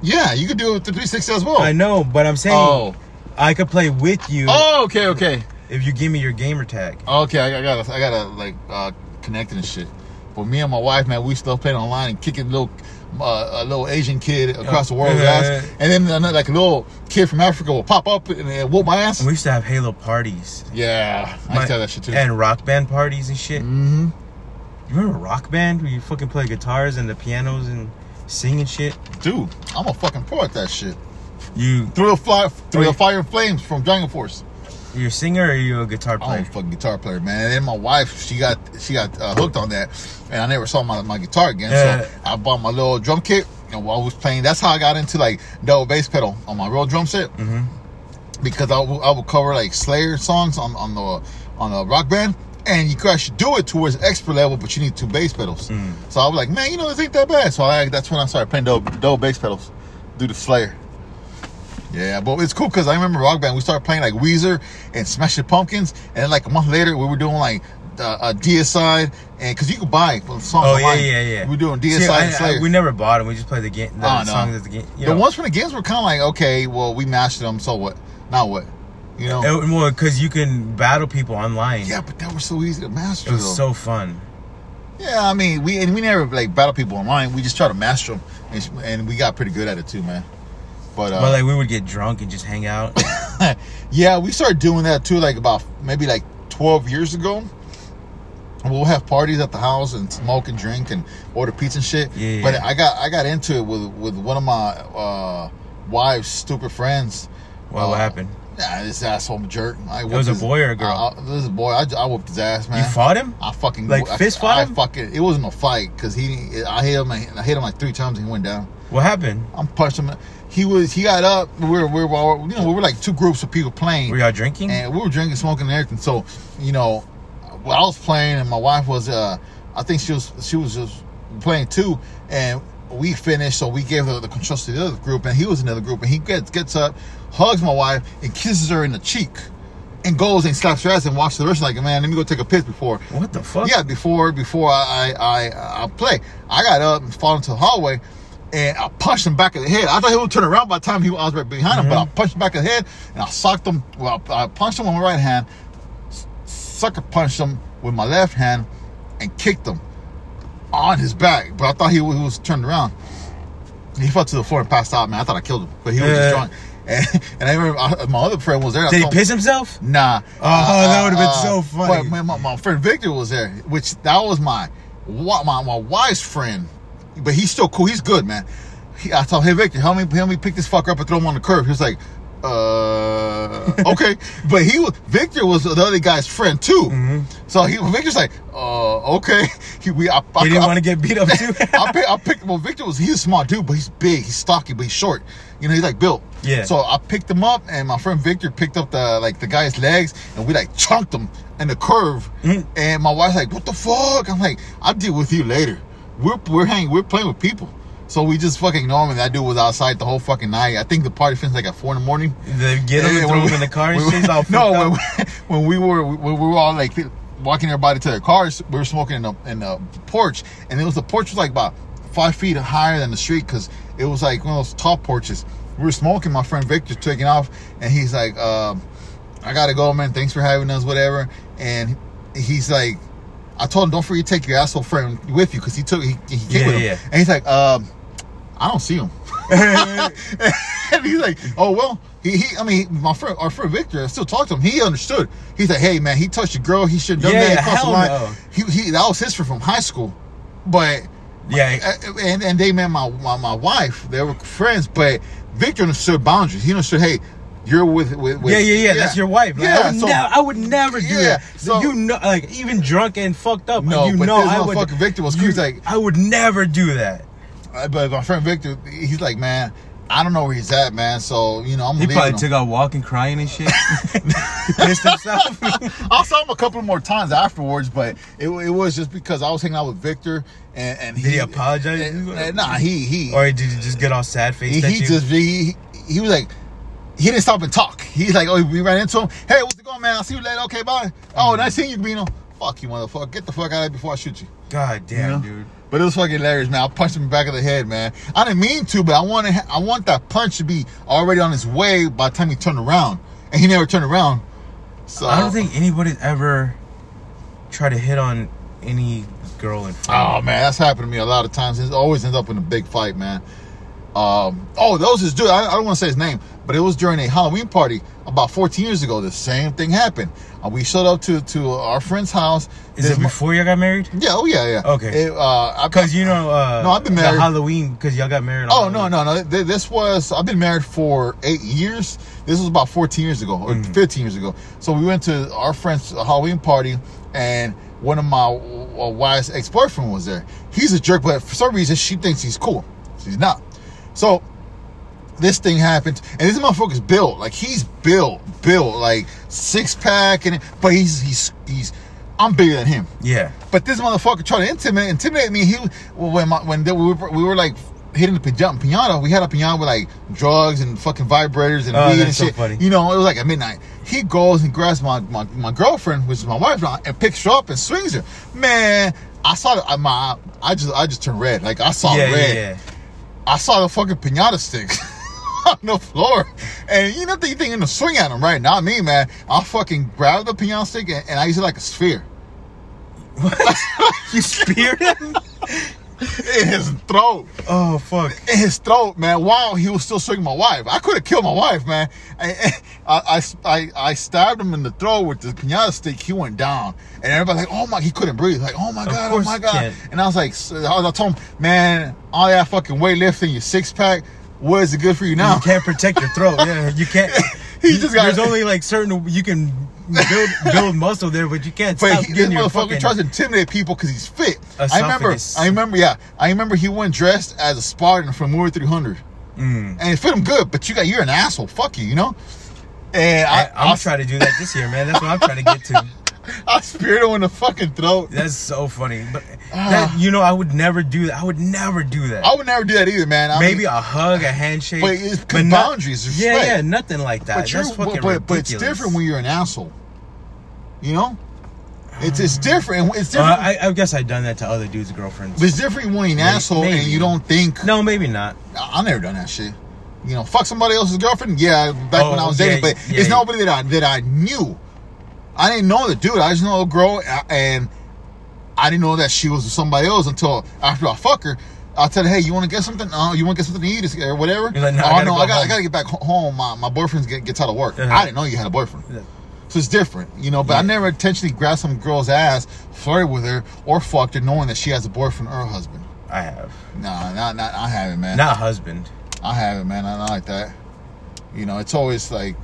Speaker 2: Yeah, you could do it with the 360 as well.
Speaker 1: I know, but I'm saying
Speaker 2: Oh.
Speaker 1: I could play with you
Speaker 2: Oh, okay, okay,
Speaker 1: if you give me your gamer tag.
Speaker 2: Oh, okay. I, I gotta, I gotta like uh, connect and shit. But me and my wife, man, we still playing online and kicking little, uh, a little Asian kid across the world,
Speaker 1: Yeah.
Speaker 2: ass. and then another, like a little kid from Africa will pop up and, and whoop my ass.
Speaker 1: We used to have Halo parties.
Speaker 2: yeah, I used to have that shit too.
Speaker 1: And rock band parties and shit.
Speaker 2: hmm
Speaker 1: You remember rock band where you fucking play guitars and the pianos and sing and shit?
Speaker 2: Dude, I'm a fucking pro at that shit.
Speaker 1: You
Speaker 2: Through the fire, through
Speaker 1: Oh,
Speaker 2: the
Speaker 1: yeah.
Speaker 2: fire and flames from Dragon Force.
Speaker 1: you're a singer or are you a guitar
Speaker 2: I'm
Speaker 1: player?
Speaker 2: a fucking guitar player, man. And then my wife, she got she got uh, hooked on that, and I never saw my, my guitar again.
Speaker 1: Yeah.
Speaker 2: So I bought my little drum kit, and while I was playing, that's how I got into like double bass pedal on my real drum set.
Speaker 1: Mhm.
Speaker 2: Because I would- I would cover like Slayer songs on on the on the rock band, and you could actually do it towards expert level, but you need two bass pedals. So I was like, man, you know, this ain't that bad. So I, that's when I started playing double, double bass pedals, do the Slayer. Yeah, but it's cool because I remember Rock Band. We started playing like Weezer and Smashing Pumpkins, and then, like a month later, we were doing like uh, uh, DSI, and because you could buy songs.
Speaker 1: Oh yeah,
Speaker 2: online.
Speaker 1: yeah, yeah.
Speaker 2: We were doing DSI
Speaker 1: See, I-
Speaker 2: and
Speaker 1: I-
Speaker 2: Slayer.
Speaker 1: we never bought them. We just played the game. The
Speaker 2: Oh, no.
Speaker 1: songs at the game. You
Speaker 2: the
Speaker 1: know.
Speaker 2: ones from the games were kind of like, okay, well, we mastered them, so what? Now what? You know?
Speaker 1: It- well, because you can battle people online.
Speaker 2: yeah, but that was so easy to master.
Speaker 1: It was
Speaker 2: though.
Speaker 1: so fun.
Speaker 2: yeah, I mean, we and we never like battle people online. We just try to master them, and, and we got pretty good at it too, man. But, uh,
Speaker 1: But like we would get drunk and just hang out.
Speaker 2: yeah, we started doing that too, like about maybe like 12 years ago. We'll have parties at the house and smoke and drink and order pizza and shit.
Speaker 1: Yeah, yeah,
Speaker 2: But
Speaker 1: yeah.
Speaker 2: I got I got into it with with one of my uh, wife's stupid friends.
Speaker 1: well,
Speaker 2: Uh,
Speaker 1: what happened?
Speaker 2: Nah, this asshole jerk. I
Speaker 1: was
Speaker 2: whooped
Speaker 1: a
Speaker 2: his-
Speaker 1: boy or a girl?
Speaker 2: I, I- this is a boy. I, I whooped his ass, man.
Speaker 1: You fought him?
Speaker 2: I fucking
Speaker 1: Like,
Speaker 2: I,
Speaker 1: fist
Speaker 2: I,
Speaker 1: fight him?
Speaker 2: fucking. It wasn't a fight because he. didn't- I hit him. and- I hit him like three times and he went down.
Speaker 1: What happened?
Speaker 2: I'm punching him. He was. He got up. We were. We were. all- You know. We were like two groups of people playing
Speaker 1: Were y'all drinking?
Speaker 2: and we were drinking, smoking, and everything. So, you know, while I was playing, and my wife was, uh, I think she was, she was just playing too, and we finished. So we gave the, the control to the other group, and he was in another group, and he gets gets up, hugs my wife, and kisses her in the cheek, and goes and slaps her ass and walks to the restaurant like, man, let me go take a piss before
Speaker 1: what the fuck?
Speaker 2: yeah, before before I I, I I play, I got up and fall into the hallway, and I punched him back of the head. I thought he would turn around by the time he I was right behind him, but
Speaker 1: Mm-hmm.
Speaker 2: I punched him back of the head and I socked him. Well, I, I punched him with my right hand, s- sucker punched him with my left hand, and kicked him on his back. But I thought he, wa- he was turned around. He fell to the floor and passed out. Man, I thought I killed him, but he was
Speaker 1: Yeah.
Speaker 2: just drunk. And, and I remember I, my other friend was there. and I
Speaker 1: Did he
Speaker 2: told him-
Speaker 1: piss himself?
Speaker 2: Nah. Uh,
Speaker 1: Oh, that would've been so funny.
Speaker 2: But my, my, my friend Victor was there, which that was my wa- my my wife's friend, but he's still cool. He's good, man. He, I told him, hey Victor, help me help me pick this fucker up and throw him on the curb. He was like, uh, okay. but he was Victor was the other guy's friend too.
Speaker 1: Mm-hmm.
Speaker 2: So he Victor's like, uh, okay. He we I, I,
Speaker 1: He didn't
Speaker 2: I-
Speaker 1: want to get beat up too.
Speaker 2: I, pick, I picked. Well, Victor was he's a small dude, but he's big, he's stocky, but he's short. You know, he's like built.
Speaker 1: Yeah.
Speaker 2: So I picked him up, and my friend Victor picked up the like the guy's legs, and we like chunked him in the curve.
Speaker 1: Mhm.
Speaker 2: And my wife's like, "What the fuck?" I'm like, "I'll deal with you later. We're we're hanging, we're playing with people." So we just fucking ignore him, and that dude was outside the whole fucking night. I think the party finished like at four in the morning.
Speaker 1: They get him and
Speaker 2: Yeah, when
Speaker 1: throw him
Speaker 2: we-
Speaker 1: in the car
Speaker 2: when
Speaker 1: and
Speaker 2: we-
Speaker 1: shit. All
Speaker 2: no,
Speaker 1: fucked
Speaker 2: when
Speaker 1: up.
Speaker 2: we, when we were when we were all like walking everybody to their cars, we were smoking in the in the porch, and it was the porch was like about five feet higher than the street because it was like one of those tall porches. We were smoking. My friend Victor's taking off, and he's like, um, "I gotta go, man. Thanks for having us, whatever." And he's like, "I told him don't forget to take your asshole friend with you because he took he, he came
Speaker 1: Yeah,
Speaker 2: with him."
Speaker 1: yeah.
Speaker 2: And he's like, um, "I don't see him." and he's like, "Oh well." He, he, I mean, my friend, our friend Victor, I still talked to him. He understood. He's like, "Hey, man, he touched a girl. He should have done
Speaker 1: Yeah,
Speaker 2: that across the
Speaker 1: hell
Speaker 2: line."
Speaker 1: no.
Speaker 2: He, he, that was his friend from high school, but
Speaker 1: yeah,
Speaker 2: uh, and and they met my, my my wife. They were friends, but Victor understood boundaries. He understood, "Hey, you're with with, with
Speaker 1: yeah, yeah, yeah. That's your wife. Like, I, would
Speaker 2: so-
Speaker 1: nev- I would never do
Speaker 2: Yeah,
Speaker 1: that.
Speaker 2: so-
Speaker 1: you know, like even drunk and fucked up.
Speaker 2: No,
Speaker 1: like, you
Speaker 2: but
Speaker 1: know,
Speaker 2: this
Speaker 1: I would.
Speaker 2: motherfucker Victor was
Speaker 1: you-
Speaker 2: crazy, like-
Speaker 1: I would never do that.
Speaker 2: Uh, but my friend Victor, he's like, man, I don't know where he's at, man. So you know, I'm
Speaker 1: He
Speaker 2: leaving
Speaker 1: probably
Speaker 2: him.
Speaker 1: took out walking, crying and shit. Pissed himself.
Speaker 2: I saw him a couple more times afterwards, but it, it was just because I was hanging out with Victor and, and
Speaker 1: Did he apologize?
Speaker 2: and- and nah, he he
Speaker 1: or did you just get all sad
Speaker 2: he,
Speaker 1: faced?
Speaker 2: he just he he was like he didn't stop and talk. He's like, oh, we ran into him. Hey, what's it going, man? I'll see you later. Okay, bye.
Speaker 1: Mm-hmm.
Speaker 2: Oh, nice seeing you, Gabino. Fuck you, motherfucker. Get the fuck out of here before I shoot you.
Speaker 1: God damn,
Speaker 2: You know?
Speaker 1: dude.
Speaker 2: But it was fucking hilarious, man. I punched him in the back of the head, man. I didn't mean to, but I want to. I want that punch to be already on his way by the time he turned around, and he never turned around. So
Speaker 1: I don't think anybody's ever tried to hit on any girl in front.
Speaker 2: Oh man, that's happened to me a lot of times. It always ends up in a big fight, man. Um, oh, there was this dude. I, I don't want to say his name, but it was during a Halloween party about 14 years ago. The same thing happened. Uh, we showed up to to our friend's house.
Speaker 1: Is
Speaker 2: This
Speaker 1: it
Speaker 2: mo-
Speaker 1: before y'all got married?
Speaker 2: Yeah, oh yeah, yeah.
Speaker 1: Okay.
Speaker 2: It, uh, I-
Speaker 1: Because you know, uh,
Speaker 2: No, I've been
Speaker 1: the
Speaker 2: married.
Speaker 1: Halloween, because y'all got married. on
Speaker 2: Oh no
Speaker 1: Halloween.
Speaker 2: no no! Th- This was I've been married for eight years. This was about fourteen years ago or
Speaker 1: Mm.
Speaker 2: fifteen years ago. So we went to our friend's Halloween party, and one of my w- wife's ex boyfriend was there. He's a jerk, but for some reason she thinks he's cool. She's not. So this thing happens, and this motherfucker's built like he's built, built like six pack, and but he's he's he's I'm bigger than him.
Speaker 1: Yeah.
Speaker 2: But this motherfucker tried to intimidate, intimidate me. He well, when my, when they, we, were, we were like hitting the pijama, pinata, we had a pinata with like drugs and fucking vibrators and
Speaker 1: Oh,
Speaker 2: weed
Speaker 1: that's
Speaker 2: and
Speaker 1: so
Speaker 2: shit.
Speaker 1: funny.
Speaker 2: You know, it was like at midnight. He goes and grabs my, my, my girlfriend, which is my wife, now, and picks her up and swings her. Man, I saw the, I, my I just I just turned red. Like I saw
Speaker 1: yeah,
Speaker 2: Oh, red.
Speaker 1: yeah,
Speaker 2: I saw the fucking pinata sticks on the floor. And you know, you thinking to swing at him, right? Not me, man. I fucking grabbed the pinata stick and, and I used it like a sphere.
Speaker 1: yeah. You speared him?
Speaker 2: In his throat.
Speaker 1: Oh, fuck.
Speaker 2: in his throat, man, while he was still swinging my wife. I could have killed my wife, man. And- and I, I, I, I stabbed him in the throat with the pinata stick. He went down. And everybody like, oh my, he couldn't breathe. Like, oh my God, oh
Speaker 1: course
Speaker 2: my
Speaker 1: he
Speaker 2: God.
Speaker 1: can't.
Speaker 2: And I was like, so- I, was- I told him, man, all that fucking weightlifting, your six pack, what is it good for you now?
Speaker 1: You can't protect your throat. Yeah, you can't.
Speaker 2: He
Speaker 1: you-
Speaker 2: just got-
Speaker 1: There's only like certain you can build build muscle there, but you can't
Speaker 2: But
Speaker 1: stop
Speaker 2: he, this
Speaker 1: getting your
Speaker 2: motherfucker
Speaker 1: fucking.
Speaker 2: tries to intimidate people because he's fit. I remember,
Speaker 1: Esophagus.
Speaker 2: I remember, yeah, I remember he went dressed as a Spartan from War 300,
Speaker 1: Mm.
Speaker 2: and it fit him good. But you got, you're an asshole. Fuck you, you know. And I,
Speaker 1: I, I'm
Speaker 2: I-
Speaker 1: gonna try to do that this year, man. That's what I'm trying to get to.
Speaker 2: I speared him in the fucking throat.
Speaker 1: That's so funny. But that, you know, I would never do that. I would never do that.
Speaker 2: Ah. I would never do that either, man. I
Speaker 1: Maybe
Speaker 2: mean,
Speaker 1: a hug, a handshake,
Speaker 2: But it's
Speaker 1: not-
Speaker 2: boundaries, it's
Speaker 1: Yeah,
Speaker 2: respect.
Speaker 1: yeah, nothing like that.
Speaker 2: but, you're,
Speaker 1: That's fucking
Speaker 2: but, but, but it's
Speaker 1: ridiculous.
Speaker 2: different when you're an asshole. You know, it's it's different. It's
Speaker 1: Uh,
Speaker 2: different.
Speaker 1: I, I guess I've done that to other dudes' girlfriends.
Speaker 2: but it's different when you're an asshole and
Speaker 1: maybe.
Speaker 2: you don't think.
Speaker 1: no, maybe not.
Speaker 2: I, I never done that shit. You know, fuck somebody else's girlfriend. Yeah, back when I
Speaker 1: Oh,
Speaker 2: was
Speaker 1: yeah,
Speaker 2: dating, but
Speaker 1: yeah,
Speaker 2: it's
Speaker 1: yeah.
Speaker 2: nobody that I that I knew. I didn't know the dude. I just know a girl, a- and I didn't know that she was with somebody else until after I fuck her. I tell her, hey, you want to get something? Oh, you want to get something to eat or whatever?
Speaker 1: You're like, "No, I
Speaker 2: oh
Speaker 1: gotta
Speaker 2: no,
Speaker 1: go
Speaker 2: I got, I
Speaker 1: home."
Speaker 2: got to get back ho- home. My, my boyfriend get, gets out of work.
Speaker 1: Uh-huh.
Speaker 2: I didn't know you had a boyfriend,
Speaker 1: Yeah.
Speaker 2: so it's different, you know. But I
Speaker 1: Yeah.
Speaker 2: never intentionally grabbed some girl's ass, flirted with her, or fucked her, knowing that she has a boyfriend or a husband.
Speaker 1: I have
Speaker 2: Nah, not not I haven't, man.
Speaker 1: not husband.
Speaker 2: I haven't, man. I not like that. You know, it's always like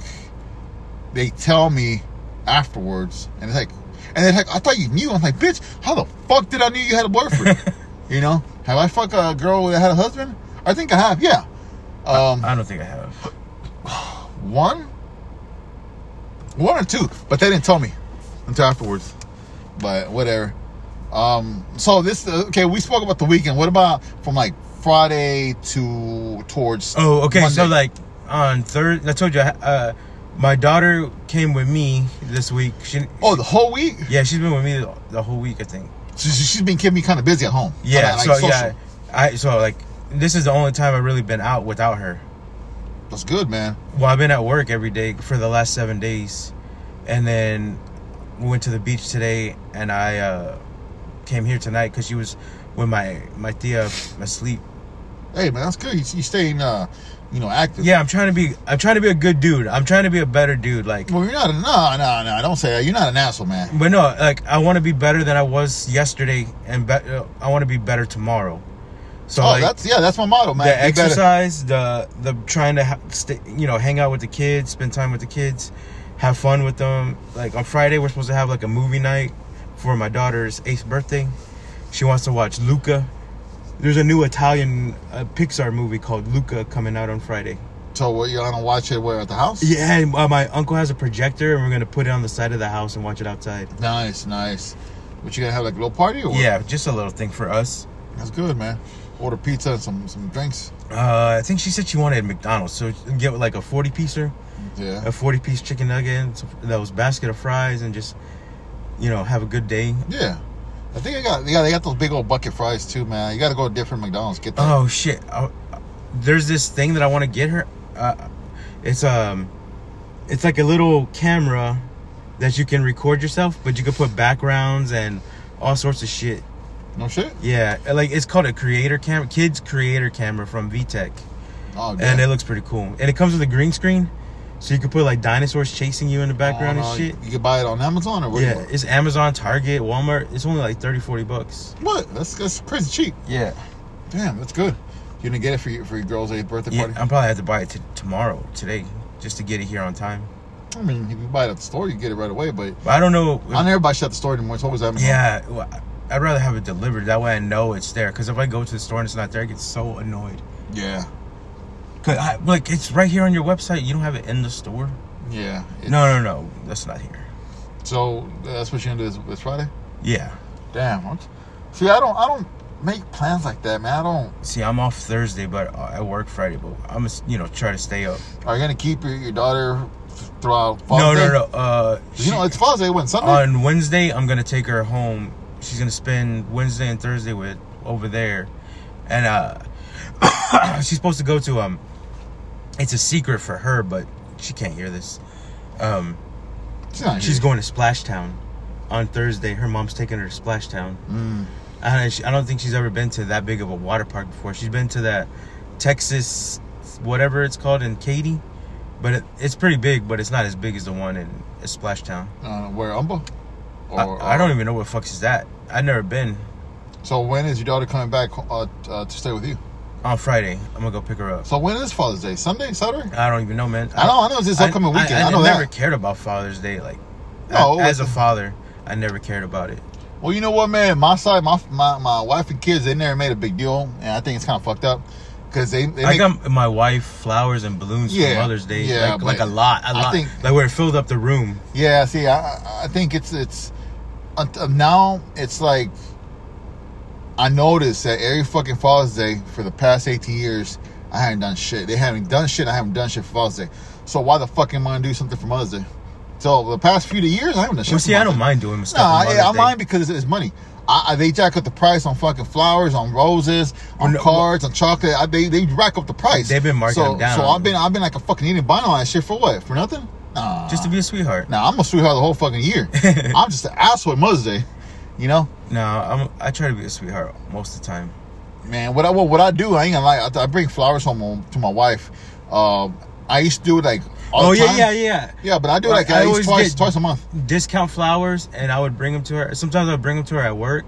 Speaker 2: they tell me afterwards, and it's like, and they're like, I thought you knew. I'm like, bitch, how the fuck did I knew you had a boyfriend? you know, have I fucked a girl that had a husband? I think I have. Yeah, um,
Speaker 1: I don't think I have.
Speaker 2: one, one or two, but they didn't tell me until afterwards. But whatever. Um, so this uh, okay? We spoke about the weekend. What about from like Friday to towards?
Speaker 1: Oh, okay. So
Speaker 2: Monday?
Speaker 1: like on third, I told you, I ha- uh, my daughter came with me this week. She,
Speaker 2: Oh, the whole week?
Speaker 1: yeah, she's been with me the, the whole week. I think.
Speaker 2: So she- she's been keeping me kind of busy at home.
Speaker 1: Yeah.
Speaker 2: Like,
Speaker 1: so
Speaker 2: social.
Speaker 1: yeah, I so like this is the only time I've really been out without her.
Speaker 2: That's good, man.
Speaker 1: Well, I've been at work every day for the last seven days, and then we went to the beach today, and I uh, came here tonight because she was with my my tia asleep.
Speaker 2: Hey, man, that's good. You, you staying, uh, you know, active.
Speaker 1: Yeah, I'm trying to be I'm trying to be a good dude. I'm trying to be a better dude. Like,
Speaker 2: Well, you're not. A, no, no, no. Don't say that. You're not an asshole, man.
Speaker 1: but no, like I want to be better than I was yesterday, and be- uh, I want to be better tomorrow. So
Speaker 2: Oh,
Speaker 1: like,
Speaker 2: that's yeah. That's my motto, man.
Speaker 1: the
Speaker 2: You better-
Speaker 1: exercise, the the trying to ha- stay, you know, hang out with the kids, spend time with the kids, have fun with them. Like on Friday, we're supposed to have like a movie night for my daughter's eighth birthday. She wants to watch Luca, There's a new Italian uh, Pixar movie called Luca coming out on Friday.
Speaker 2: So what you're gonna watch it where at the house?
Speaker 1: Yeah, and, uh, my uncle has a projector, and we're gonna put it on the side of the house and watch it outside.
Speaker 2: Nice, nice. What you gonna have like a little party or what?
Speaker 1: Yeah, just a little thing for us.
Speaker 2: That's good, man. Order pizza and some some drinks.
Speaker 1: Uh, I think she said she wanted McDonald's, so get like a forty piecer,
Speaker 2: Yeah.
Speaker 1: a forty piece chicken nugget, that was basket of fries, and just you know have a good day.
Speaker 2: Yeah. I think I got yeah, they got those big old bucket fries too, man. You gotta go to different McDonald's, get that.
Speaker 1: Oh shit! I, there's this thing that I want to get her. Uh, it's um, it's like a little camera that you can record yourself, but you can put backgrounds and all sorts of shit.
Speaker 2: No shit?
Speaker 1: Yeah, like it's called a creator camera, kids creator camera from VTech,
Speaker 2: Oh yeah.
Speaker 1: and it looks pretty cool. And it comes with a green screen, so you can put like dinosaurs chasing you in the background
Speaker 2: Oh, no,
Speaker 1: and shit.
Speaker 2: You can buy it on Amazon or where
Speaker 1: Yeah,
Speaker 2: you
Speaker 1: it's Amazon, Target, Walmart. It's only like 30, 40 bucks.
Speaker 2: What? That's that's pretty cheap.
Speaker 1: Yeah,
Speaker 2: Damn, that's good. You didn't get it for your for your girl's eighth birthday
Speaker 1: yeah.
Speaker 2: party?
Speaker 1: I'm probably have to buy it t- tomorrow, today, just to get it here on time.
Speaker 2: I mean if you buy it at the store you get it right away, but
Speaker 1: But I don't know. if-
Speaker 2: I never buy shit at the store anymore. It's always Amazon.
Speaker 1: Yeah, well, I'd rather have it delivered. That way I know it's there. Because if I go to the store and it's not there, I get so annoyed.
Speaker 2: Yeah.
Speaker 1: Cause I, like it's right here on your website. You don't have it in the store.
Speaker 2: Yeah. It-
Speaker 1: No, no, no. That's not here.
Speaker 2: So that's what you're gonna do this, this Friday?
Speaker 1: Yeah.
Speaker 2: Damn. what- See, I don't, I don't make plans like that, man. I don't.
Speaker 1: See, I'm off Thursday, but I I work Friday. But I'm gonna, you know try to stay up.
Speaker 2: Are you gonna keep your, your daughter throughout? Father's
Speaker 1: no,
Speaker 2: Day?
Speaker 1: no, Uh, no, Uh, she-
Speaker 2: You know, it's Father's Day. When Sunday.
Speaker 1: on Wednesday, I'm gonna take her home. She's gonna spend Wednesday and Thursday with over there, and uh, she's supposed to go to um. It's a secret for her, but she can't hear this. Um,
Speaker 2: she's not
Speaker 1: She's
Speaker 2: here.
Speaker 1: going to Splashtown on Thursday. Her mom's taking her to Splashtown.
Speaker 2: Mm,
Speaker 1: I, I don't think she's ever been to that big of a water park before. She's been to that Texas, whatever it's called in Katy, but it, it's pretty big. But it's not as big as the one in Splashtown.
Speaker 2: uh, where Umbo?
Speaker 1: I, I
Speaker 2: uh,
Speaker 1: don't even know what the fuck is that. I've never been.
Speaker 2: So when is your daughter coming back uh, uh, to stay with you?
Speaker 1: On Friday, I'm gonna go pick her up.
Speaker 2: So when is Father's Day? Sunday, Saturday?
Speaker 1: I don't even know, man.
Speaker 2: I know, I know it's this upcoming weekend. I, know
Speaker 1: never
Speaker 2: that.
Speaker 1: cared about Father's Day. Like,
Speaker 2: No,
Speaker 1: a- as a
Speaker 2: it's-
Speaker 1: father, I never cared about it.
Speaker 2: Well, you know what, man? My side, my my, my wife and kids, they never made a big deal, and I think it's kind of fucked up because they, they
Speaker 1: I
Speaker 2: make,
Speaker 1: got my wife flowers and balloons
Speaker 2: Yeah,
Speaker 1: for Mother's Day.
Speaker 2: yeah,
Speaker 1: like, like a
Speaker 2: but
Speaker 1: lot, a
Speaker 2: I
Speaker 1: lot.
Speaker 2: think-
Speaker 1: like where it filled up the room.
Speaker 2: Yeah, see, I- I, I think it's it's un- uh, now it's like I noticed that every fucking Father's Day for the past eighteen years, I haven't done shit. They haven't done shit. I haven't done shit for Father's Day. So why the fuck am I gonna do something for Mother's Day? So the past few years, I haven't done shit.
Speaker 1: Well,
Speaker 2: for
Speaker 1: see, I
Speaker 2: Mother's
Speaker 1: don't
Speaker 2: Day.
Speaker 1: mind doing stuff.
Speaker 2: Nah,
Speaker 1: on
Speaker 2: yeah, I
Speaker 1: Mother's Day.
Speaker 2: mind because it's money. I, I, they jack up the price on fucking flowers, on roses, on
Speaker 1: Oh, no,
Speaker 2: cards, on chocolate. I, they they rack up the price.
Speaker 1: They've been marking
Speaker 2: so,
Speaker 1: them down.
Speaker 2: So I've been I've been like a fucking Indian buying all that shit for what? For nothing? Nah.
Speaker 1: Just to be a sweetheart.
Speaker 2: Now I'm a sweetheart the whole fucking year. I'm just an asshole at Mother's Day, you know.
Speaker 1: No, I'm. I try to be a sweetheart most of the time.
Speaker 2: Man, what I what, what I do, I ain't gonna lie. I, I bring flowers home to my wife. Um, I used to do it like all
Speaker 1: oh
Speaker 2: the
Speaker 1: yeah,
Speaker 2: time.
Speaker 1: yeah, yeah.
Speaker 2: yeah. But I do it
Speaker 1: I-
Speaker 2: like
Speaker 1: I
Speaker 2: at least
Speaker 1: always
Speaker 2: twice
Speaker 1: get-
Speaker 2: twice a month.
Speaker 1: Discount flowers, and I would bring them to her. Sometimes I would bring them to her at work.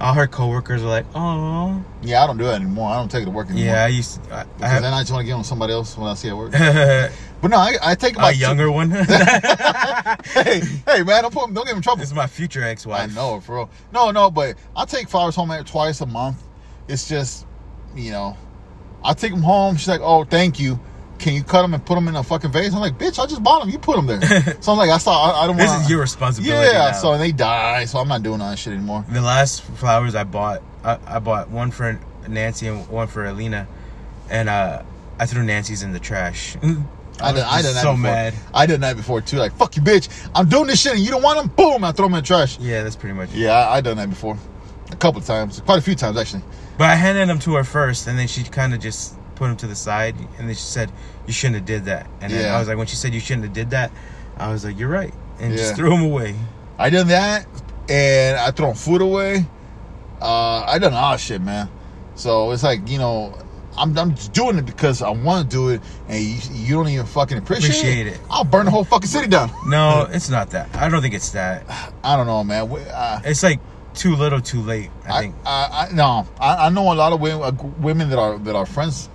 Speaker 1: All her coworkers are like, "Oh,
Speaker 2: Yeah, I don't do that anymore. I don't take it to work anymore.
Speaker 1: yeah." I used to. I, I
Speaker 2: Because
Speaker 1: have
Speaker 2: then I just want to give them to somebody else when I see at work.
Speaker 1: a
Speaker 2: but no, I, I take about two-
Speaker 1: younger one. this
Speaker 2: hey, hey, man, don't put, don't get in trouble.
Speaker 1: is my future
Speaker 2: I
Speaker 1: ex-wife.
Speaker 2: know, for real. No, no, but I take flowers home every- twice a month. It's just, you know, I take them home. She's like, "Oh, thank you. Can you cut them and put them in a fucking vase?" I'm like, "Bitch, I just bought them. You put them there." so I'm like, "I saw. I, I don't want."
Speaker 1: This is your responsibility.
Speaker 2: Yeah.
Speaker 1: now.
Speaker 2: So and they die. So I'm not doing that shit anymore.
Speaker 1: The last flowers I bought, I, I bought one for Nancy and one for Alina, and uh, I threw Nancy's in the trash.
Speaker 2: Mm. I done, I
Speaker 1: was
Speaker 2: done that
Speaker 1: so
Speaker 2: before.
Speaker 1: mad.
Speaker 2: I done that before too. Like, fuck you, bitch. I'm doing this shit and you don't want them. Boom! I throw them in the trash.
Speaker 1: Yeah, that's pretty much. it.
Speaker 2: Yeah, I, I done that before. A couple times, quite a few times actually.
Speaker 1: But I handed them to her first, and then she kind of just put them to the side, and then she said, "You shouldn't have did that." And then
Speaker 2: Yeah.
Speaker 1: I was like, when she said you shouldn't have did that, I was like, "You're right," and
Speaker 2: Yeah.
Speaker 1: just threw them away.
Speaker 2: I done that, and I thrown food away. Uh, I done all shit, man. So it's like you know, I'm I'm just doing it because I want to do it, and you, you don't even fucking appreciate,
Speaker 1: Appreciate it.
Speaker 2: I'll burn the whole fucking city down.
Speaker 1: No, it's not that. I don't think it's that.
Speaker 2: I don't know, man. We- I,
Speaker 1: It's like too little, too late. I,
Speaker 2: I,
Speaker 1: think.
Speaker 2: I, I no, I, I know a lot of women, uh, women that are that are friends.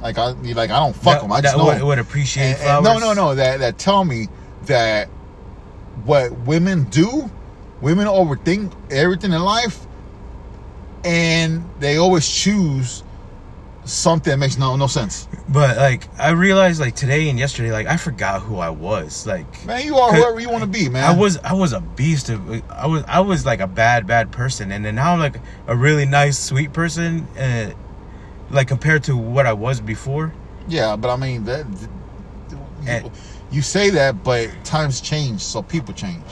Speaker 2: Like I like I don't fuck
Speaker 1: That-
Speaker 2: them. I
Speaker 1: that
Speaker 2: just know.
Speaker 1: would,
Speaker 2: 'em.
Speaker 1: would appreciate
Speaker 2: And- and
Speaker 1: flowers.
Speaker 2: no, no, no. That that tell me that what women do, women overthink everything in life, and they always choose something that makes no no sense.
Speaker 1: But like I realized like today and yesterday, like I forgot who I was. Like
Speaker 2: Man, you are
Speaker 1: 'Cause
Speaker 2: whoever you want to be, man.
Speaker 1: I was I was a beast of I was I was like a bad bad person and then now I'm like a really nice sweet person uh, like compared to what I was before.
Speaker 2: Yeah, but I mean that
Speaker 1: And-
Speaker 2: you, you say that, but times change, so people change.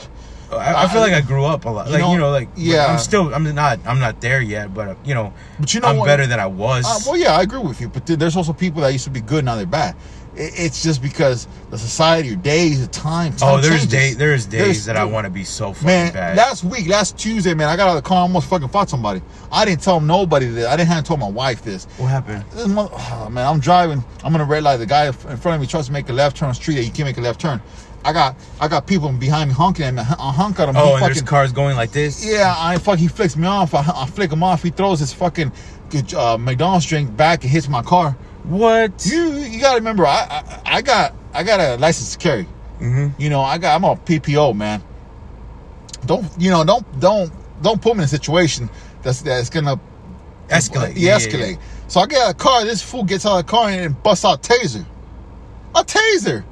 Speaker 1: I, I feel like I grew up a lot.
Speaker 2: You
Speaker 1: Like
Speaker 2: know-
Speaker 1: you know like
Speaker 2: yeah.
Speaker 1: I'm still I'm not I'm not there yet, but uh, you know
Speaker 2: But you know
Speaker 1: I'm
Speaker 2: what?
Speaker 1: better than I was.
Speaker 2: Uh, well, yeah, I agree with you, but th- there's also people that used to be good now they're bad. It, it's just because the society, your days, the time.
Speaker 1: oh,
Speaker 2: time
Speaker 1: there's
Speaker 2: changes.
Speaker 1: day, there's days that I
Speaker 2: dude,
Speaker 1: want to be so fucking
Speaker 2: Man,
Speaker 1: bad.
Speaker 2: last week, last Tuesday, man, I got out of the car, I almost fucking fought somebody. I didn't tell nobody this. I didn't have to tell my wife this.
Speaker 1: what happened?
Speaker 2: This mother- oh, man, I'm driving. I'm in a red light. The guy in front of me tries to make a left turn on the street. That you can't make a left turn. I got I got people behind me honking at me. I honk at him.
Speaker 1: Oh, and there's cars going like this.
Speaker 2: Yeah, I fuck. He flicks me off. I, I flick him off. He throws his fucking uh, McDonald's drink back and hits my car.
Speaker 1: What?
Speaker 2: You you gotta remember, I, I I got I got a license to carry.
Speaker 1: hmm
Speaker 2: You know, I got I'm a PPO man. Don't you know? Don't don't don't put me in a situation that's that's gonna
Speaker 1: Escalate. Yeah,
Speaker 2: Yeah, escalate. So I get out of the car. This fool gets out of the car and busts out a taser. A taser.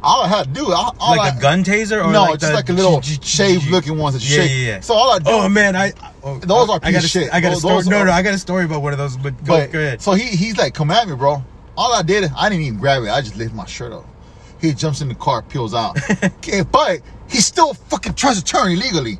Speaker 2: All I had to do, all, all
Speaker 1: Like
Speaker 2: I,
Speaker 1: a gun taser or
Speaker 2: no,
Speaker 1: like
Speaker 2: just
Speaker 1: the
Speaker 2: like a little
Speaker 1: g- g- g-
Speaker 2: shaved looking ones that
Speaker 1: Yeah,
Speaker 2: shake.
Speaker 1: yeah, yeah.
Speaker 2: So all I do,
Speaker 1: Oh man, I oh,
Speaker 2: Those are
Speaker 1: I got
Speaker 2: piece
Speaker 1: a,
Speaker 2: of shit.
Speaker 1: I got
Speaker 2: Those-
Speaker 1: a story.
Speaker 2: those
Speaker 1: No,
Speaker 2: are-
Speaker 1: no, I got a story about one of those. But go,
Speaker 2: but
Speaker 1: go ahead.
Speaker 2: so he he's like, come at me, bro. All I did, I didn't even grab it. I just lifted my shirt up. He jumps in the car, peels out. Okay, but he still fucking tries to turn illegally.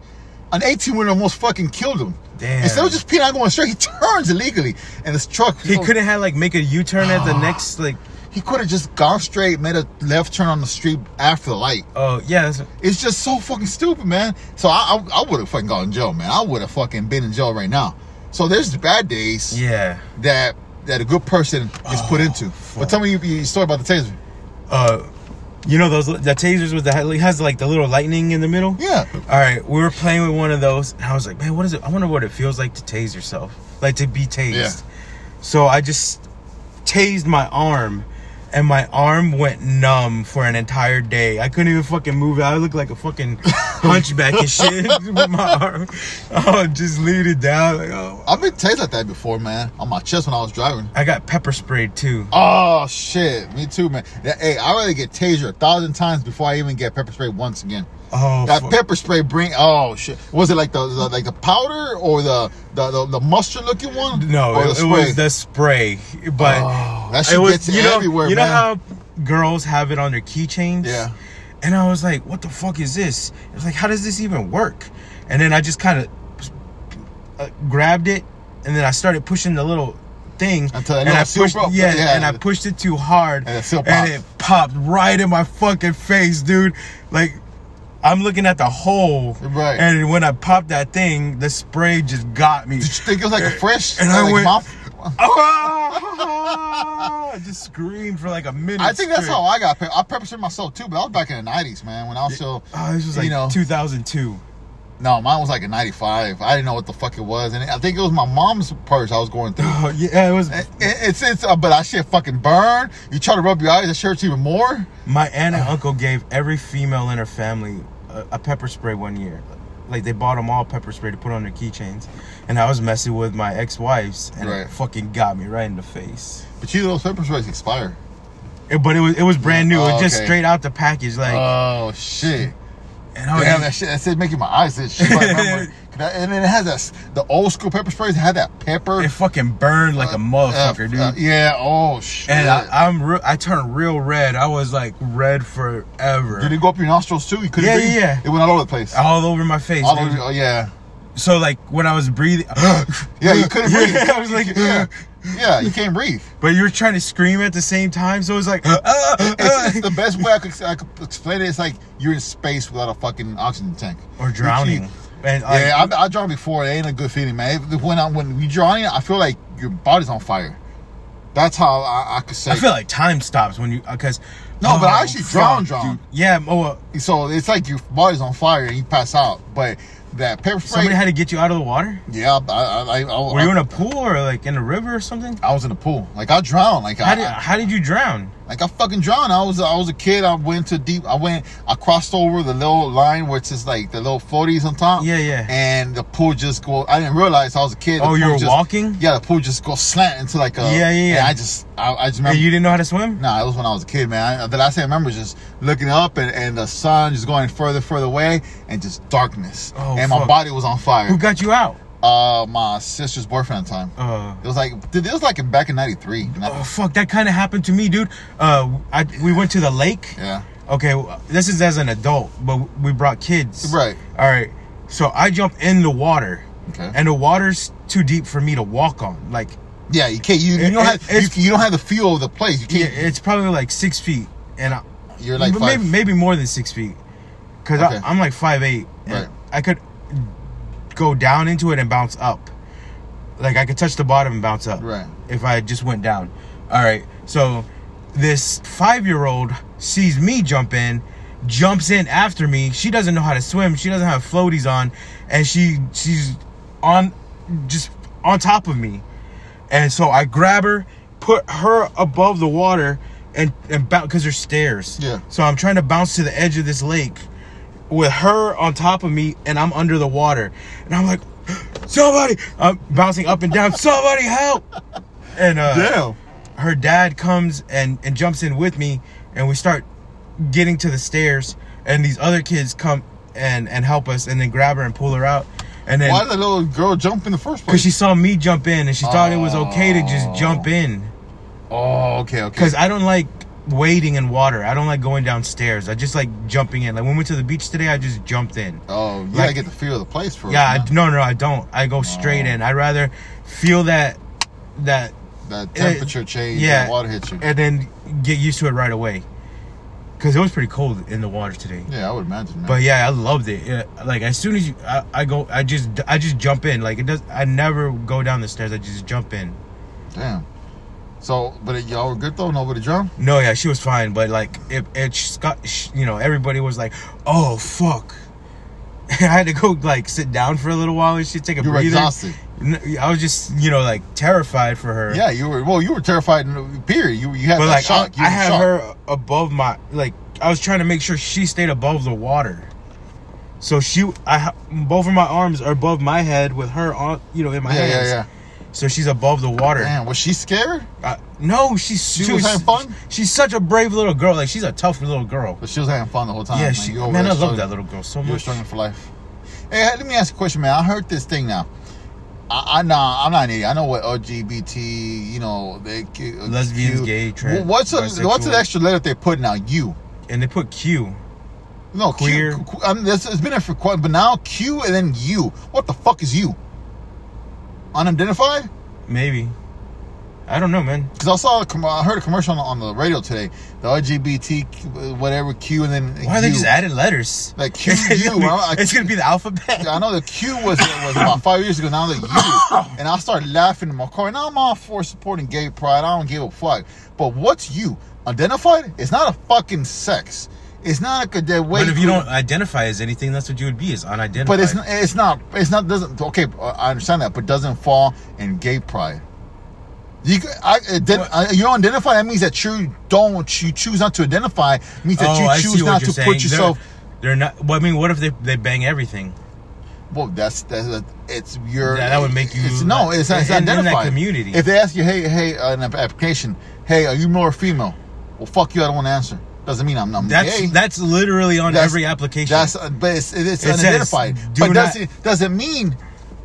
Speaker 2: An 18 wheeler almost fucking killed him.
Speaker 1: Damn.
Speaker 2: Instead of just peeing out going straight, he turns illegally, and this truck
Speaker 1: he couldn't have like make a U turn at the next like.
Speaker 2: He could have just gone straight, made a left turn on the street after the light.
Speaker 1: Oh yeah, that's,
Speaker 2: It's just so fucking stupid, man. So I, I, I would have fucking gone in jail, man. I would have fucking been in jail right now. So there's the bad days
Speaker 1: yeah.
Speaker 2: that that a good person is put
Speaker 1: Oh,
Speaker 2: into. But tell me your, your story about the taser.
Speaker 1: Uh, you know those the tasers with the it has like the little lightning in the middle.
Speaker 2: Yeah.
Speaker 1: All right, we were playing with one of those, and I was like, man, what is it? I wonder what it feels like to tase yourself, like to be tased.
Speaker 2: Yeah.
Speaker 1: So I just tased my arm, and my arm went numb for an entire day. I couldn't even fucking move it. I looked like a fucking hunchback and shit with my arm. Oh, just leaned it down. Like, oh.
Speaker 2: I've been tased like that before, man. On my chest when I was driving.
Speaker 1: I got pepper sprayed too.
Speaker 2: Oh shit, me too, man. That- hey, I rather get taser a thousand times before I even get pepper spray once again.
Speaker 1: Oh,
Speaker 2: That
Speaker 1: fuck.
Speaker 2: pepper spray bring oh shit. Was it like the, the like the powder or the the, the, the mustard looking one?
Speaker 1: no,
Speaker 2: or
Speaker 1: it, it was the spray, but.
Speaker 2: oh, that
Speaker 1: it
Speaker 2: shit
Speaker 1: was,
Speaker 2: gets
Speaker 1: you know,
Speaker 2: everywhere,
Speaker 1: You know
Speaker 2: man.
Speaker 1: how girls have it on their keychains?
Speaker 2: Yeah.
Speaker 1: And I was like, what the fuck is this? I was like, how does this even work? And then I just kind of uh, grabbed it, and then I started pushing the little thing.
Speaker 2: Until that
Speaker 1: and
Speaker 2: little
Speaker 1: I
Speaker 2: seal
Speaker 1: pushed,
Speaker 2: broke.
Speaker 1: yeah,
Speaker 2: Yeah.
Speaker 1: and I pushed it too hard,
Speaker 2: And it still
Speaker 1: and it popped right in my fucking face, dude. Like. I'm looking at the hole,
Speaker 2: Right.
Speaker 1: and when I popped that thing, the spray just got me.
Speaker 2: Did you think it was like a fresh
Speaker 1: Eh, And I
Speaker 2: like
Speaker 1: went-
Speaker 2: mouth?
Speaker 1: Ah! I just screamed for like a minute.
Speaker 2: Oh! I think that's
Speaker 1: straight.
Speaker 2: how I got. Pe- I pepper sprayed myself too, but I was back in the nineties, man. When I was still,
Speaker 1: Oh, this was
Speaker 2: You
Speaker 1: like
Speaker 2: know.
Speaker 1: 2002.
Speaker 2: no, mine was like a ninety-five. I didn't know what the fuck it was, and I think it was my mom's purse I was going through.
Speaker 1: Oh, yeah, it was.
Speaker 2: It- It's it's, uh, but I shit fucking burned. You try to rub your eyes, that shirt's even more.
Speaker 1: My aunt and uncle gave every female in her family a, a pepper spray one year. Like they bought them all pepper spray to put on their keychains, and I was messing with my ex-wives, and
Speaker 2: Right.
Speaker 1: it fucking got me right in the face.
Speaker 2: But you know, those pepper sprays expire.
Speaker 1: It- but it was it was brand new. it
Speaker 2: Oh,
Speaker 1: was just
Speaker 2: okay.
Speaker 1: straight out the package, like.
Speaker 2: Oh shit!
Speaker 1: and I was
Speaker 2: Damn,
Speaker 1: like,
Speaker 2: that shit. That's it making my eyes itch. Shit, right, remember? Cause that- and then it has that s- the old school pepper sprays had that pepper.
Speaker 1: it fucking burned like a motherfucker,
Speaker 2: uh,
Speaker 1: dude.
Speaker 2: uh, yeah. Oh shit.
Speaker 1: and I, I'm re- I turned real red. I was like red forever,
Speaker 2: Did it go up your nostrils too? You couldn't
Speaker 1: Yeah,
Speaker 2: breathe.
Speaker 1: yeah, yeah.
Speaker 2: It went all over the place.
Speaker 1: all over my face.
Speaker 2: All
Speaker 1: dude.
Speaker 2: over, oh yeah.
Speaker 1: So like when I was breathing,
Speaker 2: Yeah, you couldn't breathe.
Speaker 1: I was like,
Speaker 2: Yeah. Yeah, you can't breathe.
Speaker 1: but you were trying to scream at the same time, so it was like, Uh,
Speaker 2: It's, it's the best way I could, I could explain it. It's like you're in space without a fucking oxygen tank.
Speaker 1: or drowning. And like,
Speaker 2: Yeah, I, I drowned before. It ain't a good feeling, man. It- When I, when you drowning, I feel like your body's on fire. That's how I, I could say.
Speaker 1: I feel like time stops when you because
Speaker 2: No, but I actually drowned,
Speaker 1: fuck,
Speaker 2: drowned.
Speaker 1: dude. Yeah, oh, well,
Speaker 2: so it's like your body's on fire and you pass out. But that pepper spray.
Speaker 1: somebody had to get you out of the water.
Speaker 2: yeah, I, I, I, I,
Speaker 1: Were you in a pool or like in a river or something?
Speaker 2: I was in the pool. Like I drowned. Like
Speaker 1: How
Speaker 2: I,
Speaker 1: did how did you drown?
Speaker 2: Like I fucking drowned. I was I was a kid. I went to deep. I went. I crossed over the little line where it's just like the little floaties on top.
Speaker 1: Yeah, yeah.
Speaker 2: uh, And the pool just go. I didn't realize I was a kid. The
Speaker 1: Oh, you
Speaker 2: pool
Speaker 1: were
Speaker 2: just-
Speaker 1: walking?
Speaker 2: Yeah, the pool just go slant into like a.
Speaker 1: Yeah, yeah, yeah.
Speaker 2: and I just I, I just remember.
Speaker 1: And you didn't know how to swim?
Speaker 2: Nah, it was when I was a kid, man. I, the last thing I remember is just looking up and, and the sun just going further, further away, and just darkness.
Speaker 1: Oh,
Speaker 2: and my
Speaker 1: fuck.
Speaker 2: body was on fire.
Speaker 1: Who got you out?
Speaker 2: uh, my sister's boyfriend at the time.
Speaker 1: Uh,
Speaker 2: It was like, dude, it was like in back in '93.
Speaker 1: oh fuck, that kind of happened to me, dude. Uh, I we went to the lake.
Speaker 2: Yeah.
Speaker 1: Okay, well, this is as an adult, but we brought kids.
Speaker 2: Right.
Speaker 1: All right. So I jump in the water,
Speaker 2: Okay.
Speaker 1: and the water's too deep for me to walk on. Like,
Speaker 2: Yeah, you can't. You, you
Speaker 1: It-
Speaker 2: don't
Speaker 1: it-
Speaker 2: have. You,
Speaker 1: it's-
Speaker 2: you don't have the feel of the place. You
Speaker 1: yeah,
Speaker 2: can't.
Speaker 1: it's probably like six feet, and I,
Speaker 2: you're like
Speaker 1: but
Speaker 2: five.
Speaker 1: maybe maybe more than six feet, because
Speaker 2: Okay.
Speaker 1: I'm like five eight.
Speaker 2: Right.
Speaker 1: I could go down into it and bounce up. Like I could touch the bottom and bounce up.
Speaker 2: Right.
Speaker 1: If I just went down. All right. So this five year old sees me jump in, jumps in after me. She doesn't know how to swim. She doesn't have floaties on, and she she's on just on top of me. And so I grab her, put her above the water, and and bounce because there's stairs.
Speaker 2: Yeah.
Speaker 1: So I'm trying to bounce to the edge of this lake with her on top of me, and I'm under the water, and I'm like, somebody! I'm bouncing up and down. Somebody help! And uh,
Speaker 2: Damn.
Speaker 1: her dad comes and and jumps in with me, and we start getting to the stairs, and these other kids come and and help us, and then grab her and pull her out, and then
Speaker 2: Why did the little girl jump in the first
Speaker 1: because
Speaker 2: place?
Speaker 1: she saw me jump in and she thought it was okay to just jump in.
Speaker 2: oh, okay, okay.
Speaker 1: Because I don't like wading in water. I don't like going downstairs. I just like jumping in. Like when we went to the beach today, I just jumped in.
Speaker 2: Oh, you gotta
Speaker 1: like-
Speaker 2: get the feel of the place first.
Speaker 1: Yeah, I,
Speaker 2: man.
Speaker 1: no, no, I don't. I go straight
Speaker 2: Oh.
Speaker 1: in. I'd rather feel that, that,
Speaker 2: That temperature change. Yeah.
Speaker 1: yeah.
Speaker 2: The water hits you.
Speaker 1: and then get used to it right away. Because it was pretty cold in the water today.
Speaker 2: yeah, I would imagine. Man.
Speaker 1: But yeah, I loved it. Yeah, like as soon as you, I, I go, I just, I just jump in. Like it does. I never go down the stairs. I just jump in.
Speaker 2: damn. So, but y'all were good though. Nobody jumped.
Speaker 1: No, yeah, she was fine, but like it, it just got, sh- you know, everybody was like, "Oh fuck," I had to go like sit down for a little while and she take a
Speaker 2: You were
Speaker 1: breather.
Speaker 2: exhausted.
Speaker 1: N- I was just, you know, like terrified for her.
Speaker 2: Yeah, you were. Well, you were terrified. in- Period. You you had
Speaker 1: but
Speaker 2: that
Speaker 1: like
Speaker 2: shock. You
Speaker 1: I, I
Speaker 2: were
Speaker 1: had
Speaker 2: shocked.
Speaker 1: her above my, like I was trying to make sure she stayed above the water. So she, I, ha- both of my arms are above my head with her on, you know, in my
Speaker 2: Yeah, yeah,
Speaker 1: hands.
Speaker 2: yeah.
Speaker 1: So she's above the water.
Speaker 2: Man, was she scared?
Speaker 1: Uh, no, she's
Speaker 2: She was having fun?
Speaker 1: She's such a brave little girl. Like she's a tough little girl.
Speaker 2: But she was having fun the whole time.
Speaker 1: Yeah,
Speaker 2: man.
Speaker 1: she,
Speaker 2: You over
Speaker 1: man,
Speaker 2: there
Speaker 1: I love
Speaker 2: struggling.
Speaker 1: that little girl so
Speaker 2: You were
Speaker 1: much.
Speaker 2: struggling for life. Hey, let me ask you a question, man. I heard this thing now. I, I nah, I'm not an idiot. I know what LGBT, you know, they Q-
Speaker 1: Lesbians,
Speaker 2: Q-
Speaker 1: gay, trans,
Speaker 2: Wh- What's a, what's an
Speaker 1: bisexual.
Speaker 2: extra letter they put now? You.
Speaker 1: And they put Q.
Speaker 2: No,
Speaker 1: Queer.
Speaker 2: Q. Q- I mean, this, it's been there for quite, but now Q and then you. What the fuck is you? Unidentified?
Speaker 1: Maybe. I don't know, man.
Speaker 2: Because I saw, a com- I heard a commercial on, on the radio today. The LGBT, uh, whatever Q, and then
Speaker 1: Why are they
Speaker 2: you.
Speaker 1: just adding letters?
Speaker 2: Like Q,
Speaker 1: it's,
Speaker 2: you,
Speaker 1: gonna be,
Speaker 2: I- I-
Speaker 1: it's gonna be the alphabet.
Speaker 2: Yeah, I know the Q was was about five years ago. Now the U, and I started laughing in my car. Now I'm all for supporting gay pride. I don't give a fuck. But what's you identified? It's not a fucking sex. It's not like a dead way.
Speaker 1: but if you don't identify as anything, that's what you would be is unidentified.
Speaker 2: But it's not, it's not it's not doesn't okay. I understand that, but doesn't fall in gay pride. You c- I, ident-
Speaker 1: What?
Speaker 2: I- you don't identify. That means that you don't you choose not to identify. Means that
Speaker 1: oh, I
Speaker 2: you
Speaker 1: see
Speaker 2: choose
Speaker 1: what
Speaker 2: not
Speaker 1: you're
Speaker 2: to
Speaker 1: saying.
Speaker 2: put yourself.
Speaker 1: They're, they're not. Well, I mean, what if they, they bang everything?
Speaker 2: Well, that's that's a- it's your.
Speaker 1: Yeah, that would make you,
Speaker 2: It's, no,
Speaker 1: like,
Speaker 2: it's, it's
Speaker 1: in- in that
Speaker 2: identified.
Speaker 1: community.
Speaker 2: If they ask you, hey, hey, uh, an app- application, hey, are you male or female? Well, fuck you, I don't want to answer. Doesn't mean I'm not
Speaker 1: That's
Speaker 2: gay.
Speaker 1: that's literally on
Speaker 2: That's-
Speaker 1: every application.
Speaker 2: That's uh, but it's, it is
Speaker 1: It says,
Speaker 2: unidentified.
Speaker 1: do
Speaker 2: but
Speaker 1: not-
Speaker 2: doesn't doesn't mean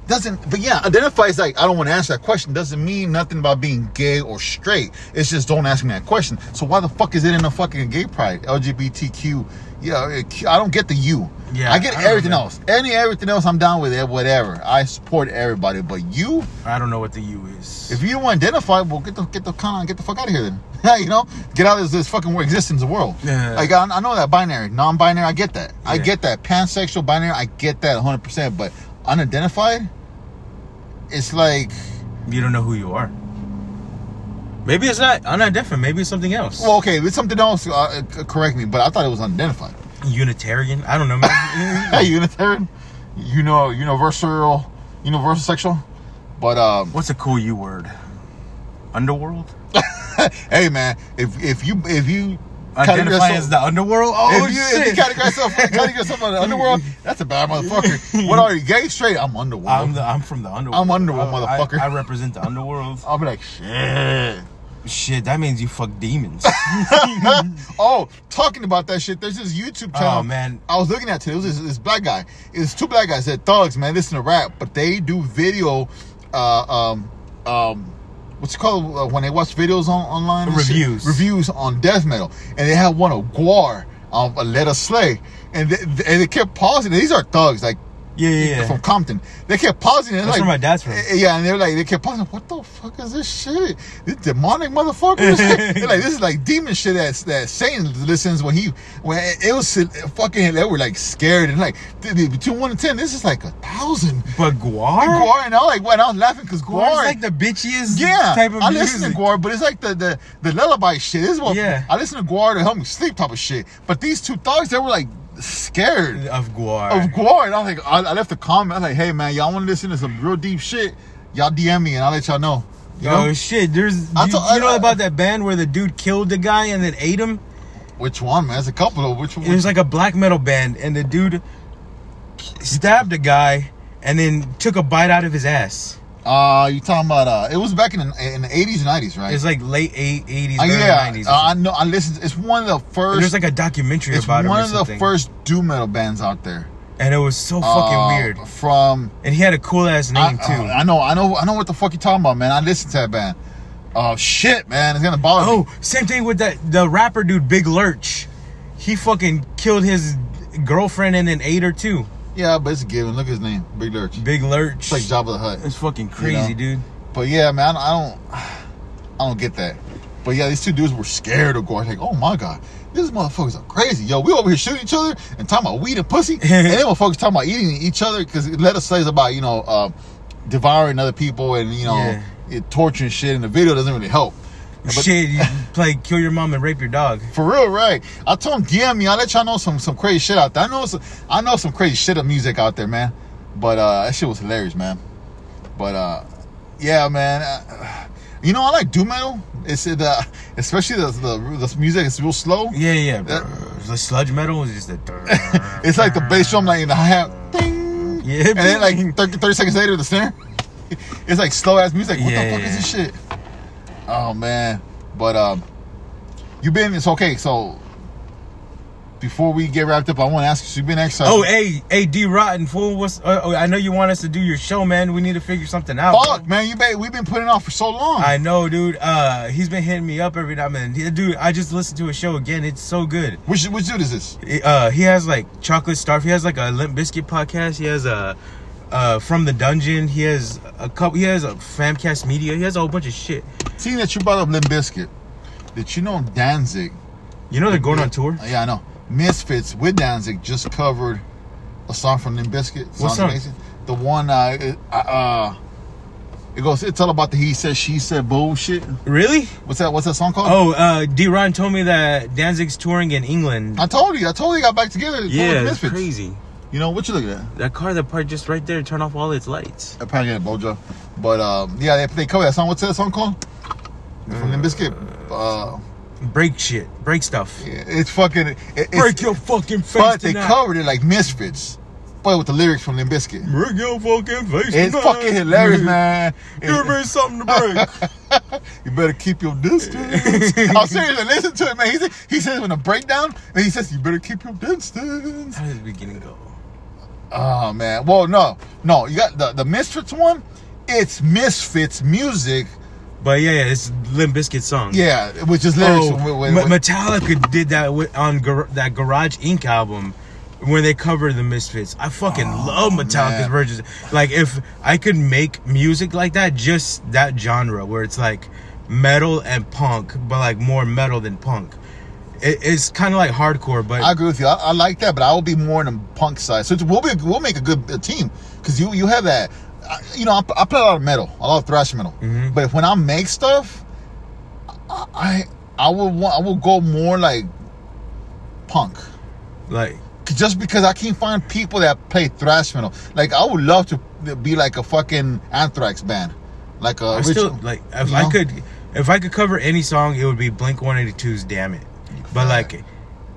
Speaker 2: doesn't. But yeah, identify is like I don't want to answer that question. Doesn't mean nothing about being gay or straight. It's just don't ask me that question. So why the fuck is it in a fucking gay pride LGBTQ? Yeah, uh, Q- I don't get the U.
Speaker 1: Yeah,
Speaker 2: I get
Speaker 1: I don't
Speaker 2: everything
Speaker 1: know.
Speaker 2: else. Any everything else, I'm down with it. Whatever. I support everybody. But you,
Speaker 1: I don't know what the U is.
Speaker 2: if you don't identify, well, get the get the kind of get the fuck out of here then. you know, get out of this, this fucking existence of world.
Speaker 1: Yeah.
Speaker 2: Like I, I know that binary, non-binary, I get that. I
Speaker 1: Yeah.
Speaker 2: get that pansexual binary, I get that 100. percent But unidentified, it's like
Speaker 1: you don't know who you are. Maybe it's not unidentified. Maybe it's something else.
Speaker 2: well, okay, it's something else. Uh, c- correct me, but I thought it was unidentified.
Speaker 1: Unitarian. I don't know. Man.
Speaker 2: Hey, Unitarian, you know, universal, universal sexual, but um,
Speaker 1: What's a cool U word? Underworld?
Speaker 2: hey man, if if you if you categorize
Speaker 1: Identify
Speaker 2: yourself-
Speaker 1: as the underworld. Oh
Speaker 2: if you, if you
Speaker 1: shit!
Speaker 2: categorize yourself, categorize yourself in the underworld, that's a bad motherfucker. What are you, gay, straight? I'm underworld.
Speaker 1: I'm the, I'm from the underworld. Uh,
Speaker 2: I'm underworld,
Speaker 1: I- I-
Speaker 2: motherfucker.
Speaker 1: I, represent the underworld.
Speaker 2: I'll be like, shit.
Speaker 1: Shit, that means you fuck demons.
Speaker 2: oh, talking about that shit, there's this YouTube channel.
Speaker 1: Oh, man.
Speaker 2: I was looking at today. It was this, this black guy. It's two black guys. They're thugs, man. Listen to rap, but they do video. Uh, um, um, what's it called uh, when they watch videos on online? and shit?
Speaker 1: Reviews.
Speaker 2: Reviews on death metal, and they had one of Guar, um, a Let Us Slay, and they, and they kept pausing. These are thugs, like
Speaker 1: yeah, yeah, yeah.
Speaker 2: from Compton. They kept pausing. And
Speaker 1: That's
Speaker 2: like,
Speaker 1: where my dad's from.
Speaker 2: Yeah, and they're like, they kept pausing. What the fuck is this shit? This demonic motherfucker. they're like, this is like demon shit that that Satan listens when he when it was fucking. They were like scared and like dude, between one and ten, this is like a thousand.
Speaker 1: But Guar?
Speaker 2: Guar and I like when I was laughing because
Speaker 1: Guar
Speaker 2: Guar.
Speaker 1: is like the bitchiest
Speaker 2: yeah,
Speaker 1: type of
Speaker 2: I
Speaker 1: music.
Speaker 2: listen to Guar, but it's like the the, the lullaby shit. This is what
Speaker 1: Yeah.
Speaker 2: I listen to Guar to help me sleep type of shit. But these two thugs, they were like scared
Speaker 1: Of Guar.
Speaker 2: of Guar. And I was like, I, I left a comment. I was like, hey man, y'all want to listen to some real deep shit? Y'all DM me and I'll let y'all know. You know
Speaker 1: Oh shit! There's
Speaker 2: I
Speaker 1: you,
Speaker 2: thought-
Speaker 1: you know
Speaker 2: I-
Speaker 1: about that band where the dude killed the guy and then ate him.
Speaker 2: which one, man? There's a couple of which one?
Speaker 1: It was like a black metal band, and the dude stabbed a guy and then took a bite out of his ass.
Speaker 2: uh, you talking about? Uh, it was back in in the eighties and nineties, right?
Speaker 1: It was like late eight- 80s,
Speaker 2: Uh,
Speaker 1: early
Speaker 2: yeah,
Speaker 1: 90s.
Speaker 2: uh, I know. I listened. It's one of the first.
Speaker 1: There's like a documentary
Speaker 2: it's
Speaker 1: about
Speaker 2: one
Speaker 1: him or
Speaker 2: of the
Speaker 1: something.
Speaker 2: first doom metal bands out there.
Speaker 1: and it was so fucking
Speaker 2: Uh,
Speaker 1: weird.
Speaker 2: From
Speaker 1: And he had a cool ass name
Speaker 2: I,
Speaker 1: too.
Speaker 2: I, I know, I know, I know what the fuck you talking about, man. I listened to that band. Oh shit, man, it's gonna bother me.
Speaker 1: oh, same thing with that the rapper dude, Big Lurch. He fucking killed his girlfriend and then ate her too.
Speaker 2: Yeah, but it's a given. Look at his name, Big Lurch.
Speaker 1: Big Lurch.
Speaker 2: It's like Job of the Hutt.
Speaker 1: it's fucking crazy,
Speaker 2: know?
Speaker 1: dude.
Speaker 2: But yeah, man, I don't, I don't get that. But yeah, these two dudes were scared of Gore. Like, oh my god, these motherfuckers are crazy, yo. We over here shooting each other and talking about weed and pussy, and them motherfuckers talking about eating each other because let us say it's about you know uh, devouring other people and you know
Speaker 1: Yeah.
Speaker 2: it, torturing shit. And the video doesn't really help. But-
Speaker 1: Shit, you play kill your mom and rape your dog.
Speaker 2: For real, right? I told him DM me. I will let y'all know some some crazy shit out there. I know some, I know some crazy shit of music out there, man. But uh, that shit was hilarious, man. But uh, yeah, man. Uh, you know, I like doom metal. It's it, uh, especially the, the the music. It's real slow.
Speaker 1: Yeah, yeah.
Speaker 2: That-
Speaker 1: bruh. the sludge metal is just a.
Speaker 2: It's like the bass drum, like in the hi hat, ding,
Speaker 1: Yeah,
Speaker 2: and then like 30, 30 seconds later, the snare. It's like slow ass music. What the
Speaker 1: Yeah,
Speaker 2: fuck
Speaker 1: yeah.
Speaker 2: is this shit? Oh man, but um, you been it's okay. So before we get wrapped up, I want to ask you. So you been exercising?
Speaker 1: Oh, hey, hey, D Rotten fool. What's? Uh, oh, I know you want us to do your show, man. We need to figure something out.
Speaker 2: fuck, man, you been we've been putting off for so long.
Speaker 1: I know, dude. Uh, he's been hitting me up every now and then. He- Dude, I just listened to his show again. It's so good.
Speaker 2: which which dude is this?
Speaker 1: It- Uh, he has like Chocolate Starve. He has like a Limp Biscuit podcast. He has a. Uh, from the dungeon, he has a couple. He has a Famcast Media. He has a whole bunch of shit.
Speaker 2: Seeing that you brought up Limp Biscuit, did you know Danzig?
Speaker 1: You know they're going on tour.
Speaker 2: Uh, Yeah, I know. Misfits with Danzig just covered a song from Limp Bizkit. Sounds
Speaker 1: song?
Speaker 2: amazing. The one uh, it, uh, uh, it goes. It's all about the he said, she said bullshit.
Speaker 1: Really?
Speaker 2: What's that? What's that song called?
Speaker 1: Oh, uh, D Ron told me that Danzig's touring in England.
Speaker 2: I told you. I told you. Got back together. Told
Speaker 1: yeah,
Speaker 2: the
Speaker 1: it's
Speaker 2: Oh, Misfits.
Speaker 1: crazy.
Speaker 2: You know what you look at?
Speaker 1: That car that parked just right there turned off all its lights.
Speaker 2: I probably got a blowjob. But um, yeah, they, they covered that song. What's that song called? From Limp Bizkit. Uh,
Speaker 1: Break shit. Break stuff.
Speaker 2: yeah, it's fucking. It, it's,
Speaker 1: Break your fucking face
Speaker 2: but they
Speaker 1: tonight.
Speaker 2: covered it like Misfits, but with the lyrics from Limp Bizkit.
Speaker 1: Break your fucking face
Speaker 2: It's
Speaker 1: tonight.
Speaker 2: fucking hilarious, man.
Speaker 1: Give me something to break.
Speaker 2: you better keep your distance. I'm seriously, listen to it, man. He, said, he says when a breakdown, and he says you better keep your distance.
Speaker 1: How did the beginning go?
Speaker 2: Oh man. Well, no, no. You got the the Misfits one. It's Misfits music.
Speaker 1: But yeah, yeah it's Limp Bizkit song.
Speaker 2: Yeah, which is lyrics.
Speaker 1: Oh,
Speaker 2: with- with-
Speaker 1: Ma-
Speaker 2: with-
Speaker 1: Metallica did that with, on gar- that Garage Inc. album when they covered the Misfits. I fucking love Metallica's
Speaker 2: Oh, man.
Speaker 1: versions. Like if I could make music like that, just that genre where it's like metal and punk, but like more metal than punk. It, it's kind of like hardcore, but
Speaker 2: I agree with you. I, I like that, but I will be more on the punk side. So it's- we'll be we'll make a good uh team because you you have that. I, you know, I, I play a lot of metal, a lot of thrash metal.
Speaker 1: Mm-hmm.
Speaker 2: But when I make stuff, I I, I will want, I will go more like punk.
Speaker 1: like
Speaker 2: just because I can't find people that play thrash metal. Like I would love to be like a fucking Anthrax band, like a
Speaker 1: I
Speaker 2: original-
Speaker 1: still like if
Speaker 2: you
Speaker 1: I
Speaker 2: know?
Speaker 1: could If I could cover any song, it would be Blink 182's "Damn It." But like,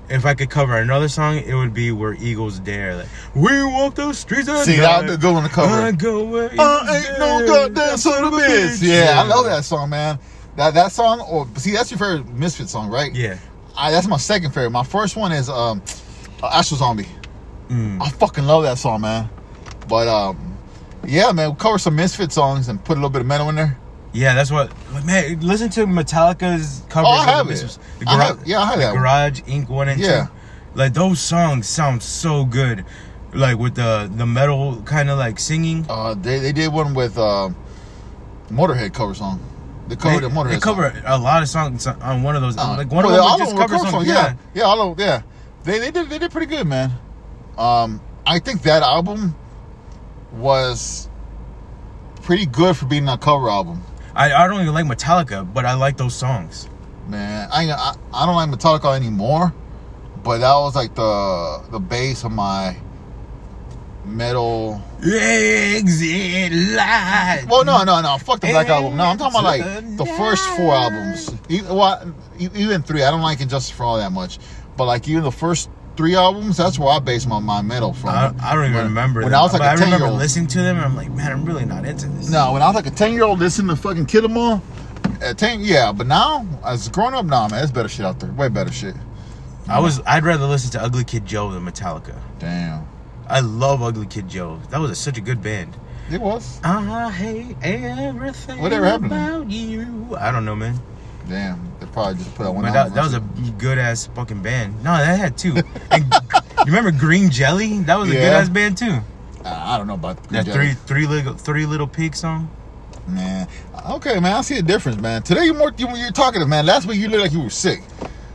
Speaker 1: if I could cover another song, it would be "Where Eagles Dare." Like, we walk those streets. of
Speaker 2: See, that was a
Speaker 1: night.
Speaker 2: good one to
Speaker 1: I
Speaker 2: cover.
Speaker 1: go where eagles
Speaker 2: I Uh, ain't no
Speaker 1: dare.
Speaker 2: goddamn son of a bitch. Yeah, I
Speaker 1: Yeah.
Speaker 2: love that song, man. That that song, or see, that's your favorite Misfit song, right?
Speaker 1: Yeah.
Speaker 2: I, that's my second favorite. My first one is um, Astro Zombie.
Speaker 1: Mm.
Speaker 2: I fucking love that song, man. But um, yeah, man, we'll cover some Misfit songs and put a little bit of metal in there.
Speaker 1: Yeah, that's what. like, Man, listen to Metallica's cover.
Speaker 2: Oh, I have it.
Speaker 1: The
Speaker 2: I
Speaker 1: Gar-
Speaker 2: have, yeah, I have that. One.
Speaker 1: Garage Inc. One and
Speaker 2: Yeah.
Speaker 1: Two. Like those songs sound so good, like with the the metal kind of like singing.
Speaker 2: Uh, they they did one with uh, Motorhead cover song. They covered
Speaker 1: they,
Speaker 2: the Motorhead.
Speaker 1: they cover a lot of songs on one of those.
Speaker 2: song. Uh,
Speaker 1: like one
Speaker 2: well,
Speaker 1: of them
Speaker 2: all
Speaker 1: was just
Speaker 2: were
Speaker 1: cover songs.
Speaker 2: Yeah,
Speaker 1: Yeah.
Speaker 2: yeah, all of, yeah. They they did they did pretty good, man. Um, I think that album was pretty good for being a cover album.
Speaker 1: I, I don't even like Metallica, but I like those songs.
Speaker 2: Man, I, I I don't like Metallica anymore, but that was like the the base of my metal.
Speaker 1: Exit light.
Speaker 2: Well, no, no, no. Fuck the Black Album. No, I'm talking about like the first four albums. E- well, e- Even three. I don't like Injustice for All that much, but like even the first three albums, that's where I base my, my metal from.
Speaker 1: I, I don't even
Speaker 2: When-
Speaker 1: remember.
Speaker 2: When
Speaker 1: them,
Speaker 2: I was like
Speaker 1: but
Speaker 2: a
Speaker 1: I
Speaker 2: ten year
Speaker 1: remember
Speaker 2: old.
Speaker 1: listening to them, and I'm like, man, I'm really not into this.
Speaker 2: No, when I was like a ten year old listening to fucking Kid 'Em All. At ten, yeah, but now as growing up, nah, man, there's better shit out there. Way better shit.
Speaker 1: I was. I'd rather listen to Ugly Kid Joe than Metallica.
Speaker 2: Damn,
Speaker 1: I love Ugly Kid Joe. That was a, such a good band.
Speaker 2: it was.
Speaker 1: I hate everything
Speaker 2: Whatever happened to them?
Speaker 1: about you. I don't know, man.
Speaker 2: Damn, they probably just put out one.
Speaker 1: But
Speaker 2: album
Speaker 1: that, that was a good ass fucking band. No, that had two. And you remember Green Jelly? That was a
Speaker 2: Yeah.
Speaker 1: good ass band too.
Speaker 2: I I don't know about
Speaker 1: That
Speaker 2: Green
Speaker 1: three three
Speaker 2: Jelly.
Speaker 1: little three little pig song.
Speaker 2: Man, okay, man, I see a difference, man. Today you're more you, you're talkative, man. Last week you looked like you were sick.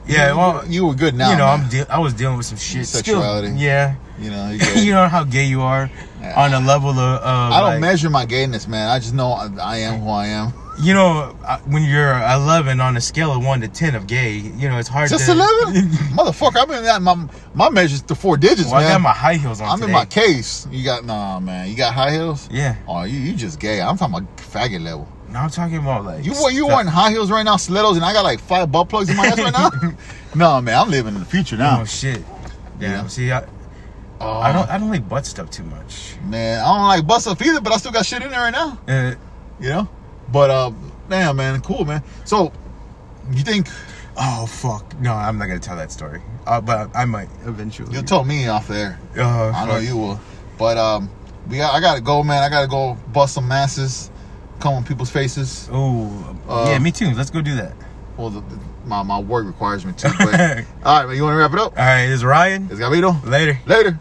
Speaker 1: Yeah, well, you,
Speaker 2: You were good now.
Speaker 1: know,
Speaker 2: man.
Speaker 1: I'm deal I was dealing with some shit. Still,
Speaker 2: Sexuality.
Speaker 1: yeah,
Speaker 2: You know, you good.
Speaker 1: you know how gay you are
Speaker 2: Yeah.
Speaker 1: on a level of. of
Speaker 2: I don't
Speaker 1: like,
Speaker 2: measure my gayness, man. I just know I, I am who I am.
Speaker 1: You know, I- when you're 11 on a scale of one to ten of gay, you know it's hard.
Speaker 2: Just
Speaker 1: to,
Speaker 2: eleven, motherfucker. I'm in that. My my measures to four digits,
Speaker 1: Well, I got
Speaker 2: man.
Speaker 1: my high heels on.
Speaker 2: I'm
Speaker 1: today.
Speaker 2: in my case. You got nah, man. You got high heels.
Speaker 1: Yeah.
Speaker 2: Oh, you, you just gay. I'm talking about faggot level.
Speaker 1: No, I'm talking about like
Speaker 2: You wa- you
Speaker 1: stuff.
Speaker 2: wearing high heels right now, stilettos, and I got like five butt plugs in my ass right now. no, man. I'm living in the future now.
Speaker 1: Oh shit! Damn.
Speaker 2: Yeah.
Speaker 1: See, I,
Speaker 2: Oh,
Speaker 1: I don't I don't like butt stuff too much.
Speaker 2: Man, I don't like bust up either, but I still got shit in there right now.
Speaker 1: Uh,
Speaker 2: You know? But uh damn man, cool man. So you think
Speaker 1: oh fuck! No, I'm not gonna tell that story. Uh, but I might eventually.
Speaker 2: you'll tell me off there.
Speaker 1: Uh,
Speaker 2: I know
Speaker 1: fuck.
Speaker 2: you will. But um we got, I gotta go, man. I gotta go bust some masses, come on people's faces.
Speaker 1: Oh
Speaker 2: Uh,
Speaker 1: yeah, me too. Let's go do that.
Speaker 2: Well the, the, my, my work requires me to, but all right man, you wanna wrap it up?
Speaker 1: All right, this is Ryan.
Speaker 2: It's Gabito.
Speaker 1: Later.
Speaker 2: Later.